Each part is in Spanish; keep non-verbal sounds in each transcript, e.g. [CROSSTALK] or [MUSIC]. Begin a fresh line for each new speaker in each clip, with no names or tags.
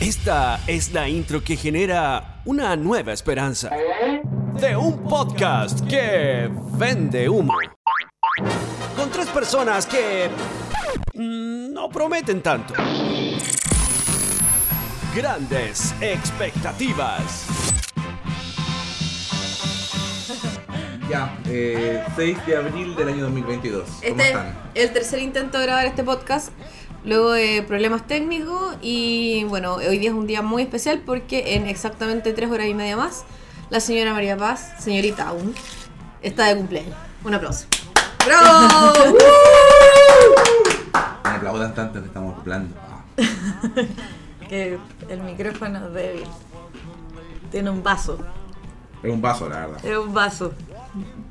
Esta es la intro que genera una nueva esperanza de un podcast que vende humo. Con tres personas que mm, no prometen tanto. Grandes expectativas.
Ya, eh, 6 de abril del año 2022. ¿Cómo
Este es
están?
el tercer intento de grabar este podcast, luego de problemas técnicos y bueno, hoy día es un día muy especial porque en exactamente tres horas y media más, la señora María Paz, señorita aún, está de cumpleaños. Un aplauso.
[LAUGHS]
¡Bravo!
Me aplaudan tanto que estamos hablando. Ah,
que el micrófono es débil. Tiene un vaso,
es un vaso, la verdad.
es un vaso.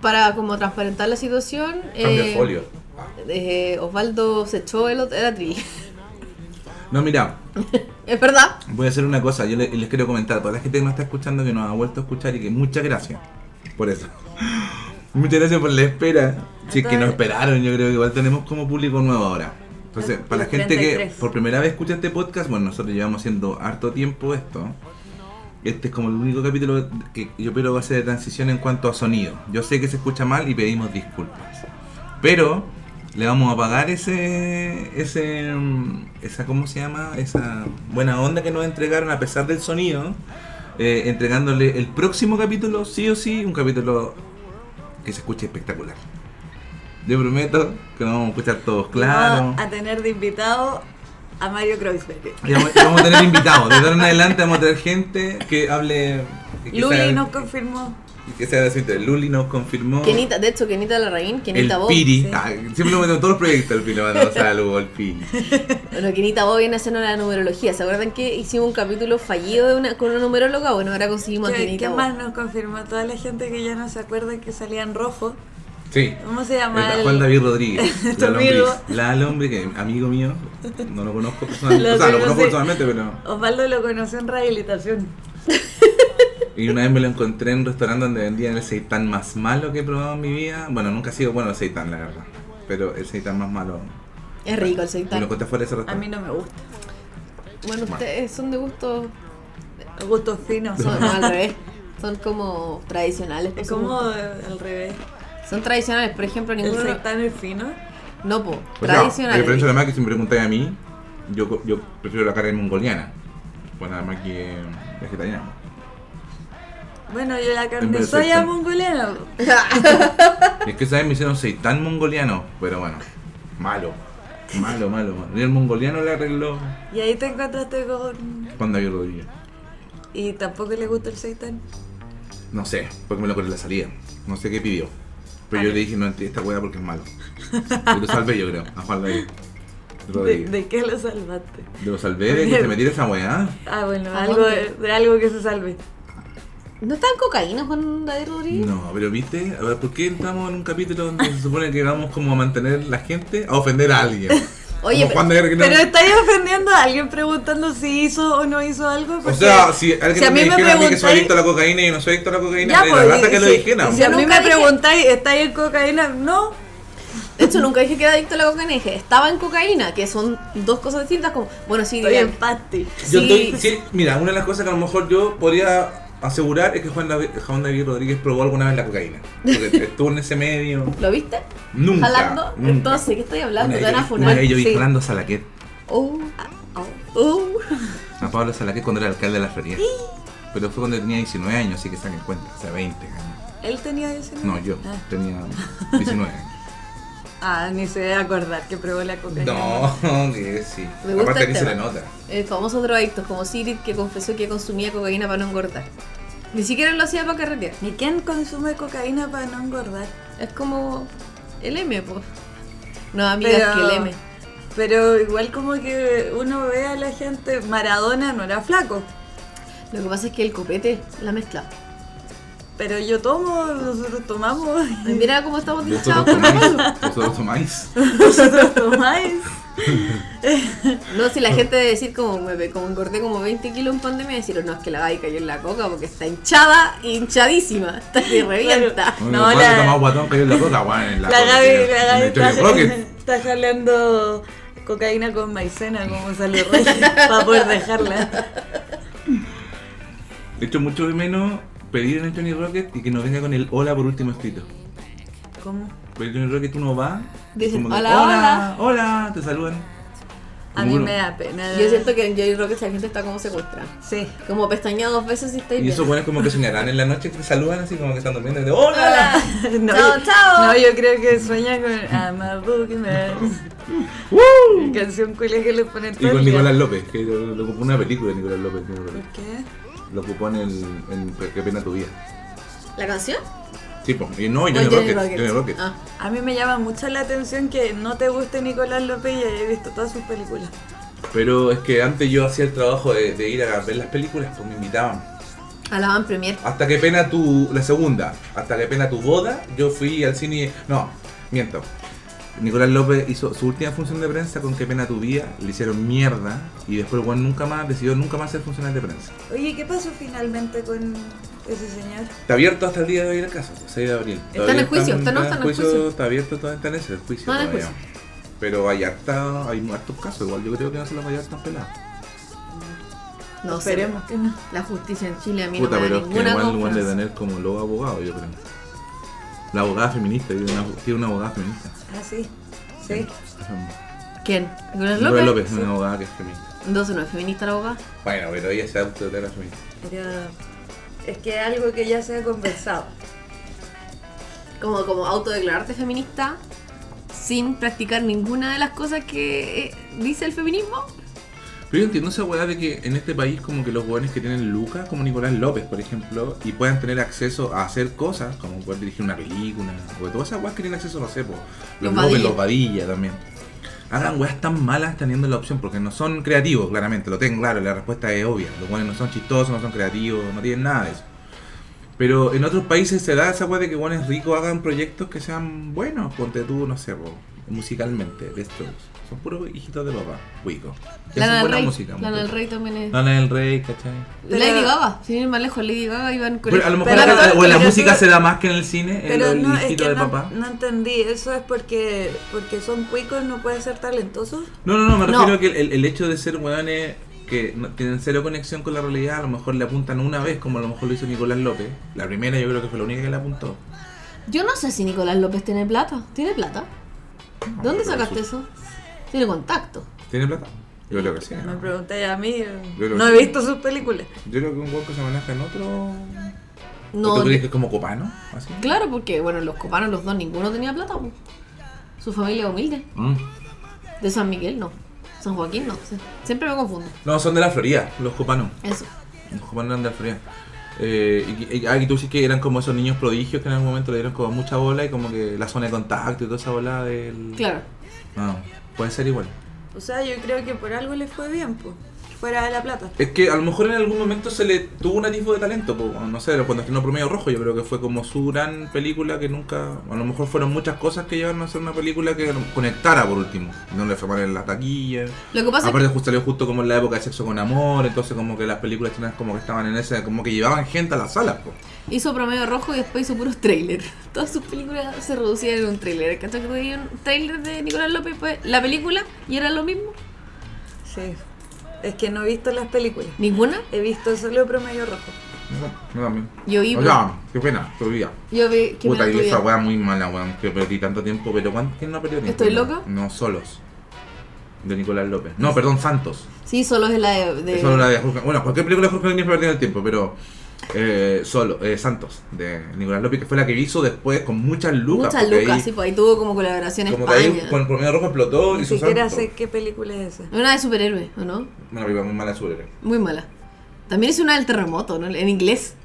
Para como transparentar la situación,
Cambio de
eh,
folio.
eh, Osvaldo se echó el otro, era tri. [LAUGHS]
No, mira,
Es verdad,
voy a hacer una cosa. Yo le- les, quiero comentar. Para la gente que nos está escuchando, que nos ha vuelto a escuchar y que muchas gracias por eso. [LAUGHS] muchas gracias por la espera. Si es que nos esperaron, yo creo que igual tenemos como público nuevo ahora. Entonces, para la gente que
33.
por primera vez escucha este podcast, bueno, nosotros llevamos haciendo harto tiempo esto. Este es como el único capítulo que yo creo va a ser de transición en cuanto a sonido. Yo sé que se escucha mal y pedimos disculpas. Pero le vamos a pagar ese. ese. mm, esa ¿cómo se llama? Esa buena onda que nos entregaron a pesar del sonido. eh, entregándole el próximo capítulo, sí o sí, un capítulo que se escuche espectacular. Yo prometo que nos vamos a escuchar todos claro.
Vamos a tener de invitado a Mario Kreuzberger.
Y vamos, y vamos a tener invitados. De ahora en adelante vamos a tener gente que hable. Que, que sea-
Luli nos confirmó.
y que sea de su interés. Luli nos confirmó.
Kenita, de hecho, Kenita Larraín, Kenita
el
Bob.
Piri.
sí.
Ah, siempre lo meto en todos los proyectos el Piri. le mandamos saludos al Piri.
Bueno, Kenita Bob viene a hacernos la numerología. ¿Se acuerdan que hicimos un capítulo fallido de una, con una numeróloga? Bueno, ahora conseguimos a
¿Qué,
Kenita
qué
Bob.
más nos confirmó? Toda la gente que ya no se acuerda que salía en rojo.
Sí.
¿Cómo se llama?
Está
el-
Juan David Rodríguez,
Nuestro
la lombriz,
amigo.
la lombriz, que es amigo mío, no lo conozco personalmente,
Lo
o sea, lo
conocí.
conozco personalmente, pero...
Osvaldo lo conoció en rehabilitación.
Y una vez me lo encontré en un restaurante donde vendían el seitán más malo que he probado en mi vida, bueno, nunca ha sido bueno el seitán, la verdad, pero el seitán más malo,
Es rico el
y lo
seitan.
encontré fuera de ese
A mí
restaurante.
no me gusta.
Bueno, ustedes son
[LAUGHS]
de gusto.
Gustos finos.
Son no, al revés. Son como tradicionales.
[LAUGHS] Es
por
como
supuesto.
al revés.
Son tradicionales, por ejemplo,
El
ninguno.
sectán es fino.
No, po.
Pues claro, la
Tradicionales.
diferencia además es que si me preguntáis a mí, yo, co- yo prefiero la carne mongoliana, bueno, además que vegetariana.
Bueno, yo la carne
vez de
de soya
seitán.
mongoliana.
Y es que sabes me hicieron seitán mongoliano, pero bueno, malo, malo, malo, malo. Y el mongoliano le arregló
Y ahí te encontraste con...
Juan David Rodríguez.
Y tampoco le gusta el seitán.
No sé, porque me lo corté la salida. No sé qué pidió. Pero yo le dije, no entiendo esta weá porque es malo. Y lo salvé yo creo, a Juan David.
¿De,
Rodríguez.
de qué lo salvaste?
Lo salvé de que se metiera esa weá.
Ah, bueno,
¿A
algo de,
dónde?
de algo que se salve.
¿No están cocaína, Juan David Rodríguez?
No, pero viste, a ver, ¿por qué entramos en un capítulo donde se supone que vamos como a mantener la gente a ofender a
[LAUGHS]
alguien?
Oye,
Como Juan David, que no-
Pero estáis ofendiendo a alguien preguntando si hizo o no hizo algo.
O
porque
sea, si alguien
si a
me
mí me
dijera a mí que soy
preguntáis-
adicto a la cocaína y no soy adicto a la cocaína,
Ya,
me
pues,
da lata que
si-
lo dijera.
Si a mí
Nunca
me
dije-
preguntáis, ¿estáis en cocaína? No.
De hecho, nunca dije que era adicto a la cocaína. Dije, estaba en cocaína, que son dos cosas distintas. Como, bueno, sí,
Estoy en
dirían.
pasti.
Yo
Sí.
estoy- sí, mira, una de las cosas que a lo mejor yo podría asegurar es que Juan David, Juan David Rodríguez probó alguna vez la cocaína.
[LAUGHS]
Porque estuvo en ese medio.
¿Lo viste?
Nunca.
¿Jalando?
nunca.
Entonces, ¿qué estoy hablando?
Una
Te
vez
van a
yo- Una
funar.
vez yo vi
Sí.
jalando a Salaquet,
Oh, oh, oh.
a Pablo Salaquet cuando era alcalde de la feria. Pero fue cuando tenía 19 años, así que saquen cuenta, o sea, 20 años.
¿Él tenía 19?
No, yo
Ah.
tenía 19
[LAUGHS]
años.
Ah, ni se debe acordar que probó la cocaína.
No, que sí.
Me gusta
Aparte
el
que se
tema.
la nota.
Eh, famosos drogadictos como Sirit que confesó que consumía cocaína para no engordar. Ni siquiera lo hacía para carretear.
¿Ni quién consume cocaína para no engordar?
Es como el M, pues. No, amigas,
Pero-
que el M.
Pero igual como que uno ve a la gente, Maradona no era flaco,
Lo que pasa es que el copete la mezcla.
pero yo tomo, nosotros tomamos,
Ay, Mira cómo estamos
Vosotros
dichados con
tomáis.
Pablo.
Vosotros tomáis.
[LAUGHS] nosotros tomáis.
No, si la gente debe decir como me como engordé como 20 kilos en pandemia, decir, no, es que la vaca cayó en la coca porque está hinchada, hinchadísima. Está que revienta.
Claro. No,
No,
la-
la... tomado guatón cayó en la coca, weón. en
La,
coca,
Gaby,
tío.
la
En
Gaby
el
está,
Johnny Rocket.
está jalando cocaína con maicena, como salió rey, para poder dejarla.
hecho mucho de menos pedir en el Johnny Rocket y que nos venga con el hola por último escrito.
¿Cómo?
Porque el Johnny Rocket uno va. y
Dicen,
como que,
"Hola,
hola, hola", te saludan.
A mí
Uno.
me da pena.
Yo siento que en Johnny Rockets la gente está como secuestrada.
Sí.
[LAUGHS] Como pestañeado dos veces y estáis
Y esos
bien.
buenos como que soñarán en la noche, que te saludan así como que están durmiendo. Y de, ¡Hola!
No,
Chao,
yo-
chao.
No, yo creo que sueña con I'm a boogeyman. Canción culia que le ponen
Y
todo
con
el día.
Nicolás López, que lo, lo ocupó una película de Nicolás López. Nicolás López.
¿Por qué?
Lo ocupó en el. En Qué pena tu vida.
¿La canción?
Sí, po. Y no, y
O
Johnny
Johnny
Rocket. Johnny Rocket.
Ah.
A mí me llama mucho la atención que no te guste Nicolás López y haya visto todas sus películas.
Pero es que antes yo hacía el trabajo de, de ir a ver las películas, pues me invitaban.
A la van premier.
Hasta que pena tu. La segunda. Hasta que pena tu boda. Yo fui al cine. No, miento. Nicolás López hizo su última función de prensa con Qué pena tu vida. Le hicieron mierda. Y después, Juan nunca más decidió nunca más ser funcionario de prensa.
Oye, ¿qué pasó finalmente con ese señor?
Está abierto hasta el día de hoy el caso, 6 de abril.
Está en
Todavía
el juicio, está- no,
en
está en el juicio.
Está abierto, todavía está en ese el juicio.
No, en el
todavía.
juicio.
Pero hay, harta, hay hartos casos, igual yo creo que no se los va a llevar tan pelados.
No
Esperemos que no.
sé. La justicia en Chile a mí
Puta,
no me da
pero es que
ninguna
igual, igual de
confianza.
tener como los abogados, yo creo. La abogada feminista, tiene una, tiene una abogada feminista.
Ah, sí. Sí.
Eso,
¿Quién? ¿Nicolás
López,
López?
López es una abogada que es feminista.
Entonces no es feminista la abogada.
Bueno, pero ella se autodeclara feminista.
Pero es que es algo que ya se ha conversado.
Como, como autodeclararte feminista sin practicar ninguna de las cosas que eh, dice el feminismo.
Pero yo entiendo esa weá de que en este país como que los jóvenes que tienen lucas, como Nicolás López, por ejemplo, y puedan tener acceso a hacer cosas, como poder dirigir una película, o de todas esas weas que tienen acceso, no sé, po, los
Los
López,
Badilla.
los Vadilla también. Hagan weas tan malas teniendo la opción, porque no son creativos, claramente, lo tengo claro, la respuesta es obvia. Los jóvenes no son chistosos, no son creativos, no tienen nada de eso. Pero en otros países se da esa weá de que jóvenes ricos hagan proyectos que sean buenos, ponte tú, no sé, po, musicalmente, de estos. Son puros hijitos de papá, cuico. Que hacen
Lana del
buena
Rey.
música,
Lana del
muchachos.
Rey también es.
Lana del Rey, ¿cachai?
Ah. Pero-
Lady Gaga, sin ir más lejos, Lady Gaga iban con
Pero a lo mejor
Pero-
la- la- o en la
pero-
música se da más que en el cine, en
Pero
el
no, es
hijito
que
de
no,
papá.
no entendí. Eso es porque porque son cuicos, no pueden ser talentosos.
No, no, no, me
No.
refiero a que el, el hecho de ser hueones que no- tienen cero conexión con la realidad, a lo mejor le apuntan una vez, como a lo mejor lo hizo Nicolás López. La primera yo creo que fue la única que le apuntó.
Yo no sé si Nicolás López tiene plata. ¿Tiene plata? ¿Dónde
pero
sacaste
eso-
eso? Tiene contacto.
¿Tiene plata? Yo creo que sí.
Me
¿no?
pregunté a mí.
Yo lo
No
sé.
he visto sus películas.
Yo creo que un hueón que se maneja en otro...
No,
¿Tú crees que es como Copano? ¿Así?
claro, porque bueno, los coparon los dos, ninguno tenía plata. po. Su familia es humilde.
Mm.
De San Miguel no. San Joaquín no. Se- Siempre me confundo.
No, son de la Florida, los Copanos.
Eso.
Los comandos eran de la Florida. Eh, y, y- ah, y tú dices que eran como esos niños prodigios que en algún momento le dieron como mucha bola y como que la zona de contacto y toda esa bola del...
Claro.
Ah, puede ser igual.
O sea, yo creo que por algo les fue bien, pues. Fuera de la plata.
Es que a lo mejor en algún momento se le tuvo un atisbo de talento, po. no sé, cuando estrenó Promedio Rojo, yo creo que fue como su gran película que nunca, a lo mejor fueron muchas cosas que llevaron a ser una película que conectara por último, no le fue mal en la taquilla,
Lo que pasa es que
aparte justo salió justo como en la época de Sexo con Amor, entonces como que las películas chinas como que estaban en esa, como que llevaban gente a las salas, po.
hizo promedio rojo y después hizo puros trailers. [LAUGHS] Todas sus películas se reducían en un trailer. ¿Cachai? Que tú veías un trailer de Nicolás López, pues la película y era lo mismo.
Sí. Es que no he visto las películas.
Ninguna.
He visto solo Promedio Rojo.
No, también.
Yo vi.
O sea, qué pena, tu vida.
Yo vi. ¿qué
Puta,
pena
y
tu
esa
vida.
weá muy mala, weón. Que perdí tanto tiempo, pero ¿cuánto quién no ha perdido tiempo?
¿Estoy
No,
loca?
No, solos. De Nicolás López. No, perdón, Santos.
Sí, solo es la de. de-
Solo la de Jorge. Bueno, cualquier película de Jorge Núñez me perdido el tiempo, pero. eh, solo, eh, Santos, de Nicolás López, que fue la que hizo después con muchas lucas.
Muchas
porque
lucas,
ahí-
sí, pues ahí tuvo como colaboración en
Como que ahí
España.
con el promedio rojo explotó Oh, y
Ni
hizo
siquiera
Santos.
sé qué película es esa.
Una de superhéroe, ¿o no?
Una película muy mala de superhéroes.
Muy mala. También hizo una del terremoto, ¿no? En inglés.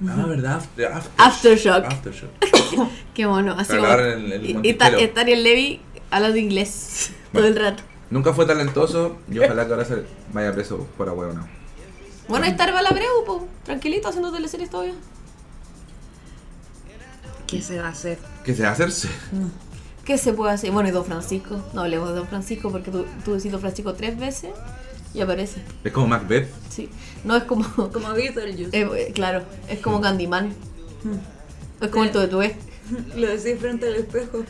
[COUGHS]
Ah, ¿verdad?
Aftershock.
Aftershock.
Qué mono. Así
Pero
como.
ahora en el- en el
y- y
Monticello.
Ta- y Tariel Levy hablando
[LAUGHS]
inglés todo
Bueno.
el rato.
[LAUGHS] Nunca fue talentoso y ojalá que ahora se vaya preso por huevona.
Bueno, ahí está Herbal Abreu, po. Tranquilito, haciendo teleseries todavía.
¿Qué se va a hacer?
¿Qué se va a hacerse?
¿Qué se puede hacer? Bueno, y Don Francisco. No hablemos de Don Francisco porque tú, tú decís Don Francisco tres veces y aparece.
Es como Macbeth.
Sí. No es como. [LAUGHS]
Como Beetlejuice. [LAUGHS]
eh, eh, claro, es como Candyman. Es como el Tuetue.
Lo decís frente al espejo.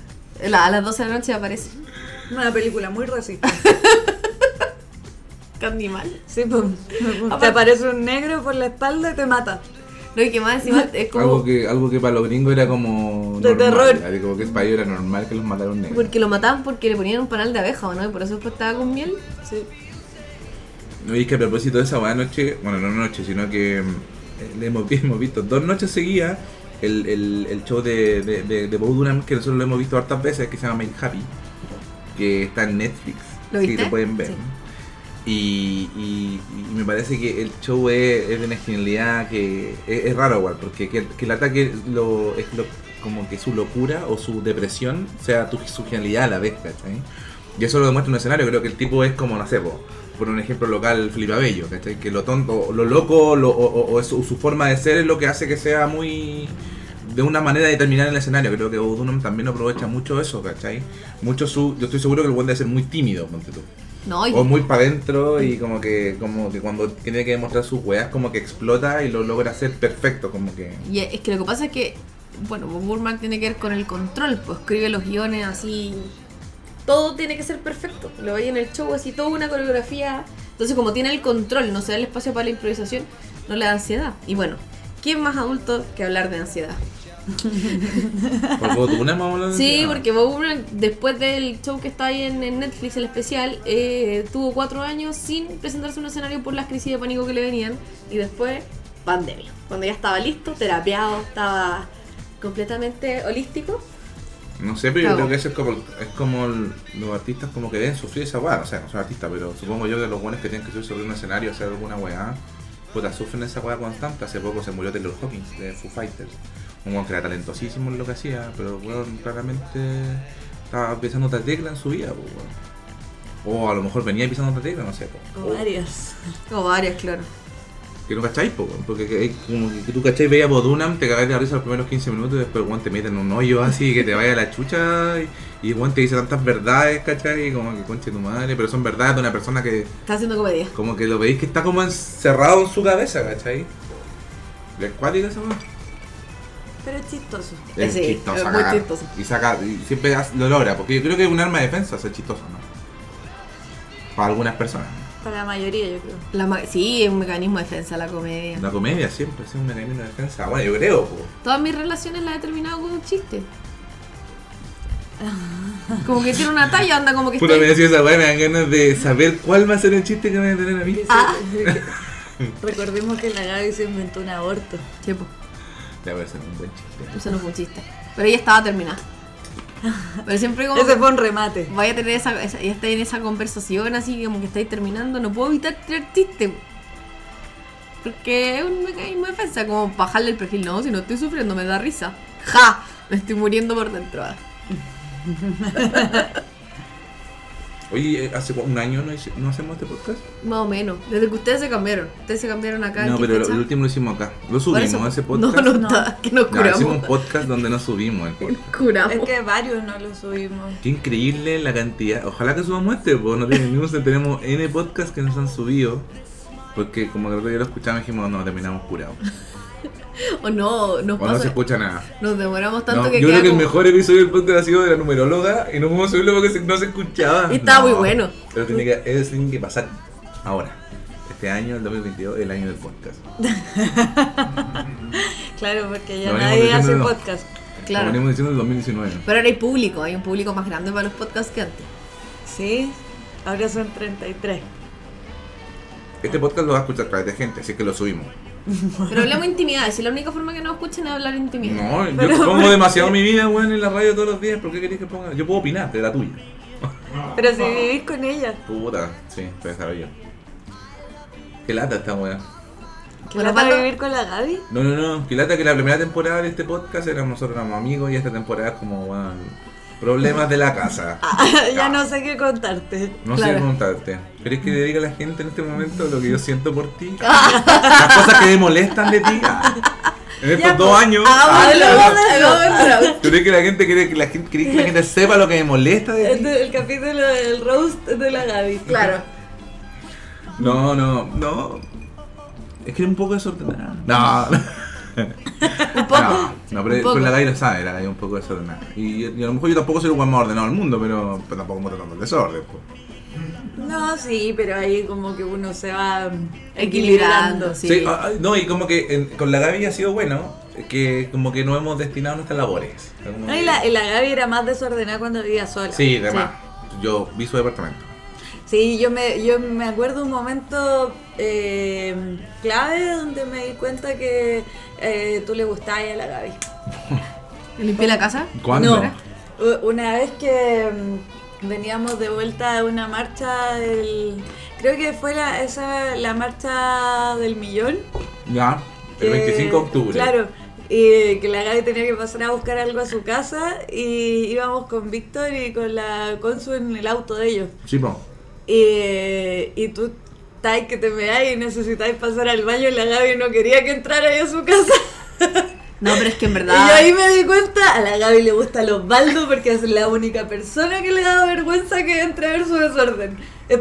La- A las 12 de la noche aparece.
Una película muy racista.
Qué animal.
Sí, pues, te aparece un negro por la espalda y te mata.
No, y que
[LAUGHS]
más encima es como.
Algo que, algo que para los gringos era como.
De terror.
así Como que para ellos era normal que los mataron negros.
Porque lo mataban porque le ponían un panal de abeja, ¿o ¿no? Y por eso después estaba con miel.
Sí.
No, y es que a propósito de esa buena noche, bueno, no noche, sino que mm, le hemos, vi- [LAUGHS] hemos visto dos noches seguidas el, el, el show de, de, de, de Bo Burnham, que nosotros lo hemos visto hartas veces, que se llama Make Happy, que está en Netflix,
¿Lo
sí,
viste?
lo pueden ver.
Sí.
Y, y, y me parece que el show es, es de una genialidad que es, es raro igual, porque que, que el ataque lo, es lo- como que su locura o su depresión sea tu, su genialidad a la vez, ¿cachai? Y eso lo demuestra en un escenario, creo que el tipo es como, no sé, po, por un ejemplo local, Flipabello, ¿cachai? Que lo tonto, lo loco, lo- o, o- o es su, su forma de ser es lo que hace que sea muy... De una manera determinada en el escenario, creo que Odunum también aprovecha mucho eso, ¿cachai? Mucho su... Yo estoy seguro que el buen debe ser muy tímido, ponte tú.
No, y
O muy para adentro y como que como que cuando tiene que demostrar sus weas como que explota y lo logra hacer perfecto, como
[LAUGHS]
que...
Y es que lo que pasa es que, bueno, Bob Burman tiene que ver con el control, pues escribe los guiones así. Todo tiene que ser perfecto. Lo veis en el show así, toda una coreografía. Entonces, como tiene el control, no se da el espacio para la improvisación, no le da ansiedad. Y bueno, ¿quién más adulto que hablar de ansiedad?
¿Por vos, tú una más hablando?
Sí,
Ah.
porque Bob Burman, después del show que está ahí en, en Netflix, el especial, eh, tuvo cuatro años sin presentarse a un escenario por las crisis de pánico que le venían. Y después, pandemia. Cuando ya estaba listo, terapiado, estaba completamente holístico.
No sé, pero yo
Cagó.
creo que eso es como, es como el- los artistas como que deben sufrir esa weá. O sea, no son artistas, pero supongo yo que los buenos que tienen que subir sobre un escenario a hacer alguna weá, puta, sufren esa weá constante. Hace poco se murió Taylor Hawkins de Foo Fighters. Un weón que era talentosísimo en lo que hacía, pero weón claramente estaba pisando otra tecla en su vida, pues, weón. O a lo mejor venía pisando otra tecla, no sé, pues.
O varias.
O varias, claro.
Que no cacháis, po, weón, porque que- como que tú cacháis, veías a Bodunam, te cagáis de la risa los primeros 15 minutos y después, weón, te meten en un hoyo así que te vaya la chucha y, y weón, te dice tantas verdades, cachai, y como que conche tu madre, pero son verdades de una persona que,
Está haciendo comedia.
como que lo veis que está como encerrado en su cabeza, cachai. ¿Le acuática esa weón?
Pero es chistoso.
Es
Eh, Sí,
chistoso,
es muy
cagar.
chistoso.
Y saca, y siempre hace- lo logra, porque yo creo que es un arma de defensa ser chistoso, ¿no? Para algunas personas. ¿no?
Para la mayoría, yo creo.
La ma- sí, es un mecanismo de defensa la comedia.
La comedia siempre es un mecanismo de defensa. Bueno, yo creo, po.
Todas mis relaciones las he terminado con un chiste. Como que tiene una talla, anda como que
Puta, me
estoy...
decía esa weá, me dan ganas de saber cuál va a ser el chiste que me van a tener a mí.
Ah.
[LAUGHS] Recordemos que la Gaby se inventó un aborto.
Sí, pues,
Ya voy a hacer un buen chiste.
eso no fue un chiste. Pero ella estaba terminada. Pero siempre como
Ese
que
fue un remate.
vaya a tener esa, esa- ya estáis en esa conversación así como que estáis terminando, no puedo evitar tirar chiste. Porque es un mecanismo de defensa, como bajarle el perfil, no, si no estoy sufriendo me da risa. ¡Ja! Me estoy muriendo por dentro. ah.
Oye, eh, hace cu- un año no, hice- no hacemos este podcast.
Más o menos. Desde que ustedes se cambiaron. Ustedes se cambiaron acá.
no,
aquí,
pero lo-
¿cachai?
el último lo hicimos acá. Lo
Por
subimos
eso-
ese podcast.
No, no,
No.
está. Que nos
No, hicimos
curamos.
un podcast donde no subimos el podcast.
curamos.
Es que varios no lo subimos.
Qué increíble la cantidad. Ojalá que subamos este, porque no tiene ningún sentido. Tenemos N podcasts que nos han subido. Porque como que el otro día lo escuchamos, dijimos, no, terminamos curados.
O no, nos
O no se
pasa.
escucha nada.
Nos demoramos tanto
No,
que
yo creo
queda
que el
como-
mejor episodio del podcast ha sido de la numeróloga y no pudimos subirlo porque se- no se escuchaba.
Y estaba
No,
muy bueno.
Pero tiene que, eso tiene que pasar ahora. Este año, el 2022, el año del podcast.
Claro, porque ya
Lo venimos
nadie hace
diciendo, no.
podcast.
Lo
Claro.
venimos diciendo el 2019.
Pero ahora hay público, hay un público más grande para los podcasts que antes.
Sí, ahora son 33.
Este podcast lo va a escuchar a través de gente, así que lo subimos.
Pero hablamos intimidades, si la única forma que nos escuchen es hablar intimidades.
No, yo
Pero-
pongo demasiado mi vida, weón, en la radio todos los días. ¿Por qué querés que ponga? Yo puedo opinar de la tuya.
Pero si vivís con ella.
Puta, sí, pensaba yo. Qué lata esta weá.
¿Que
Bueno,
vas a
Pablo-
vivir con la [LAUGHS] Gaby?
No, no, no, que lata que la primera temporada de este podcast éramos nosotros éramos amigos y esta temporada es como, weón, problemas de la
[LAUGHS]
casa.
Ah, ya no sé qué contarte.
No sé
Claro.
preguntarte. ¿Crees que le diga a la gente en este momento lo que yo siento por
[LAUGHS]
ti? Las cosas que me molestan de ti. Ah, En estos
Ya,
dos
pues,
años.
hagámoslo,
ah,
hagámoslo.
¿Tú crees que la gente quiere que la gente, crees que la gente sepa lo que me molesta de ti?
Este es el capítulo del roast de la Gaby.
Claro.
No, no, no. Es que es un poco desordenada. No.
Un poco.
No, no,
Un
pero
poco.
con la Gaby lo sabe, la Gaby es un poco pues. desordenada. Y, y a lo mejor yo tampoco soy el weón más ordenado del mundo, pero, pero tampoco me tratando el desorden. po.
No, sí, pero ahí como que uno se va
Equilibrando,
equilibrando.
sí.
Sí, ah, ah, no, y como que en- con la Gaby ha sido bueno, que como que no hemos destinado nuestras labores. O sea, como
No, y
que-
la, y la Gaby era más desordenada cuando vivía sola.
Sí, además, yo vi su departamento.
Sí, yo me, yo me acuerdo un momento eh, clave donde me di cuenta que eh, tú le gustabas a la Gaby.
¿Limpié la casa?
¿Cuándo?
No. U- Una vez que mm, veníamos de vuelta de una marcha del... Creo que fue la, esa, la marcha del millón.
Ya, el
Eh,
que-
25 de octubre.
Eh, Claro. Y que la Gaby tenía que pasar a buscar algo a su casa y íbamos con Víctor y con la Consu en el auto de ellos.
Sí, po.
Y, y tú estáis que te meáis y necesitáis pasar al baño y la Gaby no quería que entrara yo a su casa.
No, pero es que en verdad.
Y yo ahí me di cuenta, a la Gaby le gusta los baldos porque es la única persona que le da vergüenza que entre a ver su desorden. Es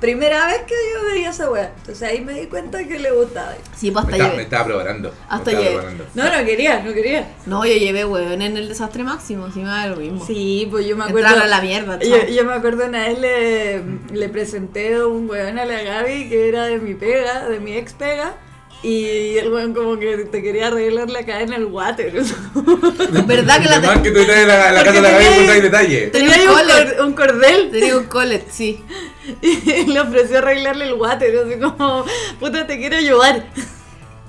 primera vez que yo veía esa weá. Entonces ahí me di cuenta que le gustaba.
Sí, pues
Me estaba,
hasta
me
llevé.
estaba preparando. me
Hasta
estaba
llegué.
preparando.
No, no quería, no quería.
No, yo llevé hueón en el desastre máximo, si me da lo mismo.
Sí, pues yo me acuerdo.
Entrar a la mierda, chao.
Yo, yo me acuerdo una vez le, le presenté a un weón a la Gaby que era de mi pega, de mi ex pega, y el weón como que te quería arreglar la cadena al water. [LAUGHS]
¿Verdad que la
Además
te-
que tú estás en la, la casa de
Porque
la Gaby
tenía-
con tal detalle.
Tenía
Tenía
un
ahí un,
cole.
cor- un cordel
Tenía un colet, sí.
[LAUGHS] y le ofreció arreglarle el water, así como, puta, te quiero ayudar.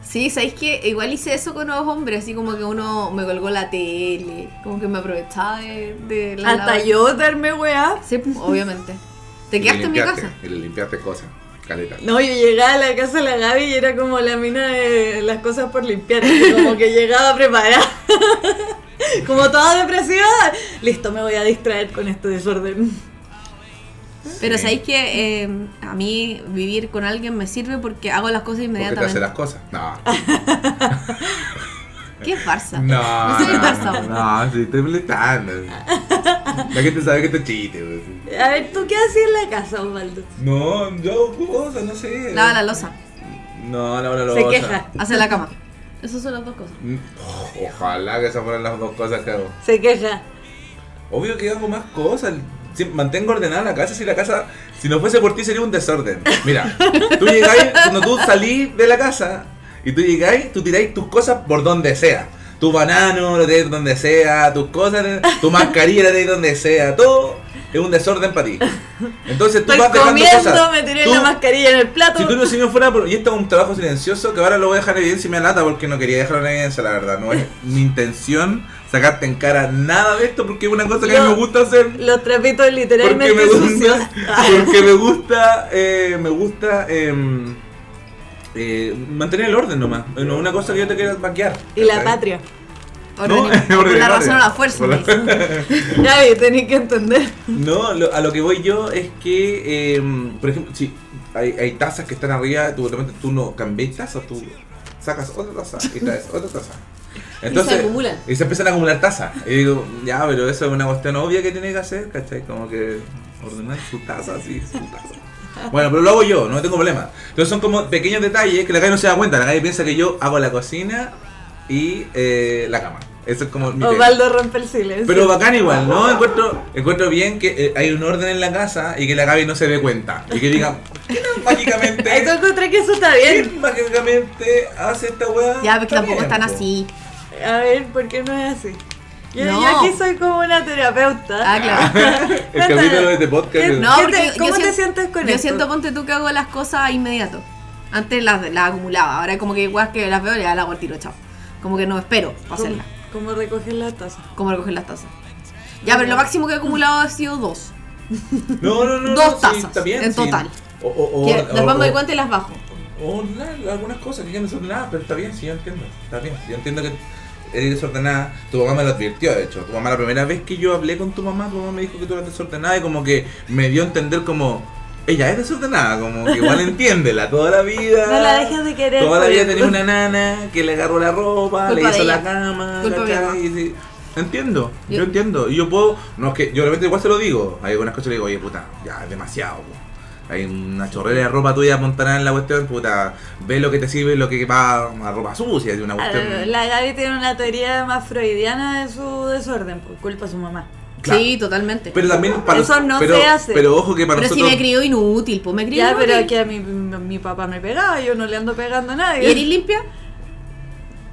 Sí, ¿sabéis que Igual hice eso con los hombres, así como que uno me colgó la tele, como que me aprovechaba de, de la...
Hasta
lava.
yo darme weá.
Sí, pues, obviamente.
Y
¿Te
le
quedaste en mi
limpiaste,
casa?
Y le limpiaste cosas. Caleta.
No, yo llegaba a la casa de la Gaby y era como la mina de las cosas por limpiar, así como que llegaba preparada. [LAUGHS] Como toda depresiva, listo, me voy a distraer con este desorden.
Pero
Sí.
¿sabéis que eh, a mí vivir con alguien me sirve porque hago las cosas
Porque te hace
inmediatamente?
las cosas.
[LAUGHS]
No.
¿Qué farsa?
No,
No soy
no,
farsa.
no, no, sí, estoy
[LAUGHS]
molestando. La gente sabe que esto es chiste. pues.
A ver, ¿tú qué hacías en la casa, Osvaldo?
No, yo hago cosas, no sé.
Lava la losa,
No, lava la
Se
losa.
queja,
hace la cama. Esas son las dos cosas.
Mm, Ojalá que esas fueran las dos cosas que hago.
se queja.
Obvio que hago más cosas. Si- mantengo ordenada la casa. Si la casa, si no fuese por ti, sería un desorden. Mira, tú llegáis, cuando tú salís de la casa y tú llegáis, tú tiráis tus cosas por donde sea. Tu banano lo tiráis donde sea, tus cosas, tu mascarilla la tiráis donde sea. Todo es un desorden para ti. Entonces tú
Estoy
vas dejando
comiendo,
cosas.
me tiré
Tú-
la mascarilla en el plato.
si tú no, si no fuera por- Y esto es un trabajo silencioso que ahora lo voy a dejar en evidencia y me alata porque no quería dejarlo en evidencia, la verdad.
[LAUGHS]
No es mi intención sacarte en cara nada de esto porque es una cosa que a mí
Yo-
me gusta hacer.
Los trapitos
Porque
literalmente
me
sucios.
gusta, [LAUGHS] porque me gusta, eh, me gusta em, eh, mantener el orden nomás. No una cosa que yo te quiera vaquear.
[LAUGHS] Y la
¿cachai?
patria.
[LAUGHS]
Orgánico.
No,
Por la
ordinario.
razón o la fuerza.
Por la-
dicen.
[LAUGHS]
Gaby, tenés que entender.
No, lo- a lo que voy yo es que, em, por ejemplo, si hay, hay tazas que están arriba, tú, realmente tú no cambias tazas, tú sacas otra taza [LAUGHS] y traes otra taza. Entonces,
acumulan.
y se empiezan a acumular tazas. Y digo, ya, pero eso es una cuestión obvia que tiene que hacer, ¿cachai? Como que ordenar su taza, así, su taza. Bueno, pero lo hago yo, no tengo problema. Entonces son como pequeños detalles que la calle no se da cuenta. La calle piensa que yo hago la cocina y eh, la cama. Eso es como mi pega.
Osvaldo rompe el silencio.
Pero bacán igual, ¿no? Encuentro, encuentro bien que eh, hay un orden en la casa y que la Gaby no se dé cuenta. Y que diga, ¿qué
[LAUGHS]
tan
Eso
mágicamente?
encontré que eso está
¿Qué
bien.
mágicamente hace esta weá?
Ya, porque tampoco
Está
están
bien, [LAUGHS]
así.
A ver, ¿por qué no es así? Yo,
No.
yo aquí soy como una terapeuta.
Ah,
[LAUGHS]
claro.
po. El capítulo de este podcast.
¿Qué-
es-
Eh, No,
¿Qué
porque
te-
yo- yo
cómo te
siento-
sientes con
Yo
esto?
siento, ponte tú que hago las cosas inmediato. Antes las, las acumulaba, ahora como que igual que las veo, ya las hago al tiro, chao. Como que no espero para
¿Cómo,
hacerlas,
cómo recoges la taza?
como recoger las tazas. Ya, pero lo máximo que he acumulado ha sido dos.
No, no, no.
Dos
no, sí,
tazas,
está bien,
en
sí.
total.
O, o, o,
Que
o-
las pongo de
o-
cuenta y las bajo.
O nada, algunas cosas que ya no son nada, pero está bien, sí, yo entiendo. Está bien, yo entiendo que eres desordenada. Tu mamá me lo advirtió, de hecho. Tu mamá, la primera vez que yo hablé con tu mamá, tu mamá me dijo que tú eras desordenada y como que me dio a entender como. Ella es desordenada, como que igual entiéndela toda la vida.
No la dejes de querer.
Toda la
por-
vida tenía una nana que le agarró la ropa,
Culpa
le hizo
de
la
ella.
cama,
Culpa de
¿cachai?
ella.
Y sí. Entiendo, yo,
Yo-
entiendo. Y yo puedo. No, es que yo realmente igual se lo digo. Hay algunas cosas que digo, oye, puta, ya es demasiado. po. Hay una chorrera de ropa tuya montada en la cuestión, puta. Ve lo que te sirve, lo que va a ropa sucia, de una
Ah,
cuestión.
La Gaby tiene una teoría más freudiana de su desorden, por culpa de su mamá.
Claro.
Sí, totalmente.
Pero también para
Eso no
pero,
se hace.
Pero ojo que para
Pero si
nosotros.
me crió inútil, pues me crió
Ya,
inútil.
pero que a mi, mi, mi papá me pegaba, yo no le ando pegando a
¿Y eres
nadie.
limpia?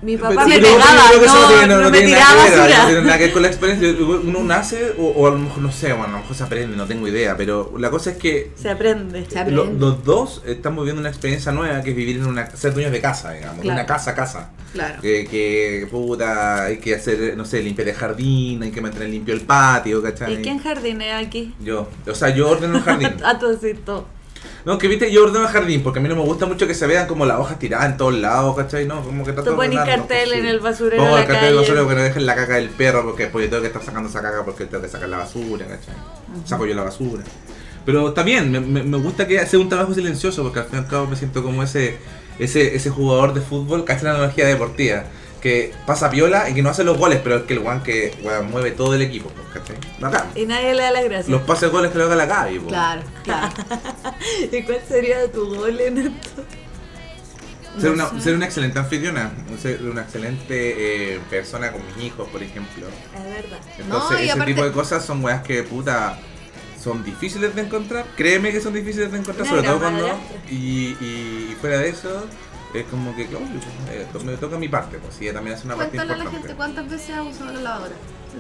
Mi
Pero-
papá
pero
me
yo creo- yo
pegaba,
creo que eso
no,
tiene-
no, me
tiene nada
tiraba
que ver, No
basura.
tiene nada que ver con la experiencia. Uno nace, o, o a lo mejor no sé, bueno, a lo mejor se aprende, no tengo idea. Pero la cosa es que
Se aprende.
Se aprende.
lo- los dos estamos viviendo una experiencia nueva que es vivir en una. ser dueños de casa, digamos. de Una
Claro.
casa, casa.
Claro.
Que, que, puta, hay que hacer, no sé, limpiar el jardín, hay que mantener limpio el patio, ¿cachai?
¿Y quién jardinea aquí?
Yo, o sea, yo ordeno el
[LAUGHS]
jardín.
A tu cito.
No, que viste, yo ordeno el jardín porque a mí no me gusta mucho que se vean como las hojas tiradas en todos lados, ¿cachai? No, como que trato
Tú
de
pones
ordenarlo,
cartel
pues,
en
sí.
el basurero
Pongo
de
el
la
cartel del basurero
calle.
porque no dejen la caca del perro porque después yo tengo que estar sacando esa caca porque tengo que sacar la basura, ¿cachai? Saco yo la basura. Pero está bien, me, me- me gusta que sea un trabajo silencioso porque al fin y al cabo me siento como ese, ese, ese jugador de fútbol, ¿cachai? La analogía deportiva. Que pasa piola y que no hace los goles, pero es que el guan que weón, mueve todo el equipo, pues, ¿cachai? Bacán.
Y nadie le da las gracias.
Los pases goles que lo haga la Gaby, pues.
Claro, claro.
[LAUGHS] ¿Y cuál sería tu gol en esto?
Ser una, ser una excelente anfitriona, ser una excelente eh, persona con mis hijos, por ejemplo.
Es verdad.
Entonces,
No, y
ese
aparte-
tipo de cosas son weas que puta son difíciles de encontrar. Créeme que son difíciles de encontrar,
Una
sobre todo
gran
cuando.
madrastra.
Y, y, y fuera de eso, es como que, claro, eh, to- me toca mi parte, pues, y ella también hace una parte
Cuéntale a la
importante.
gente cuántas veces has usado la lavadora.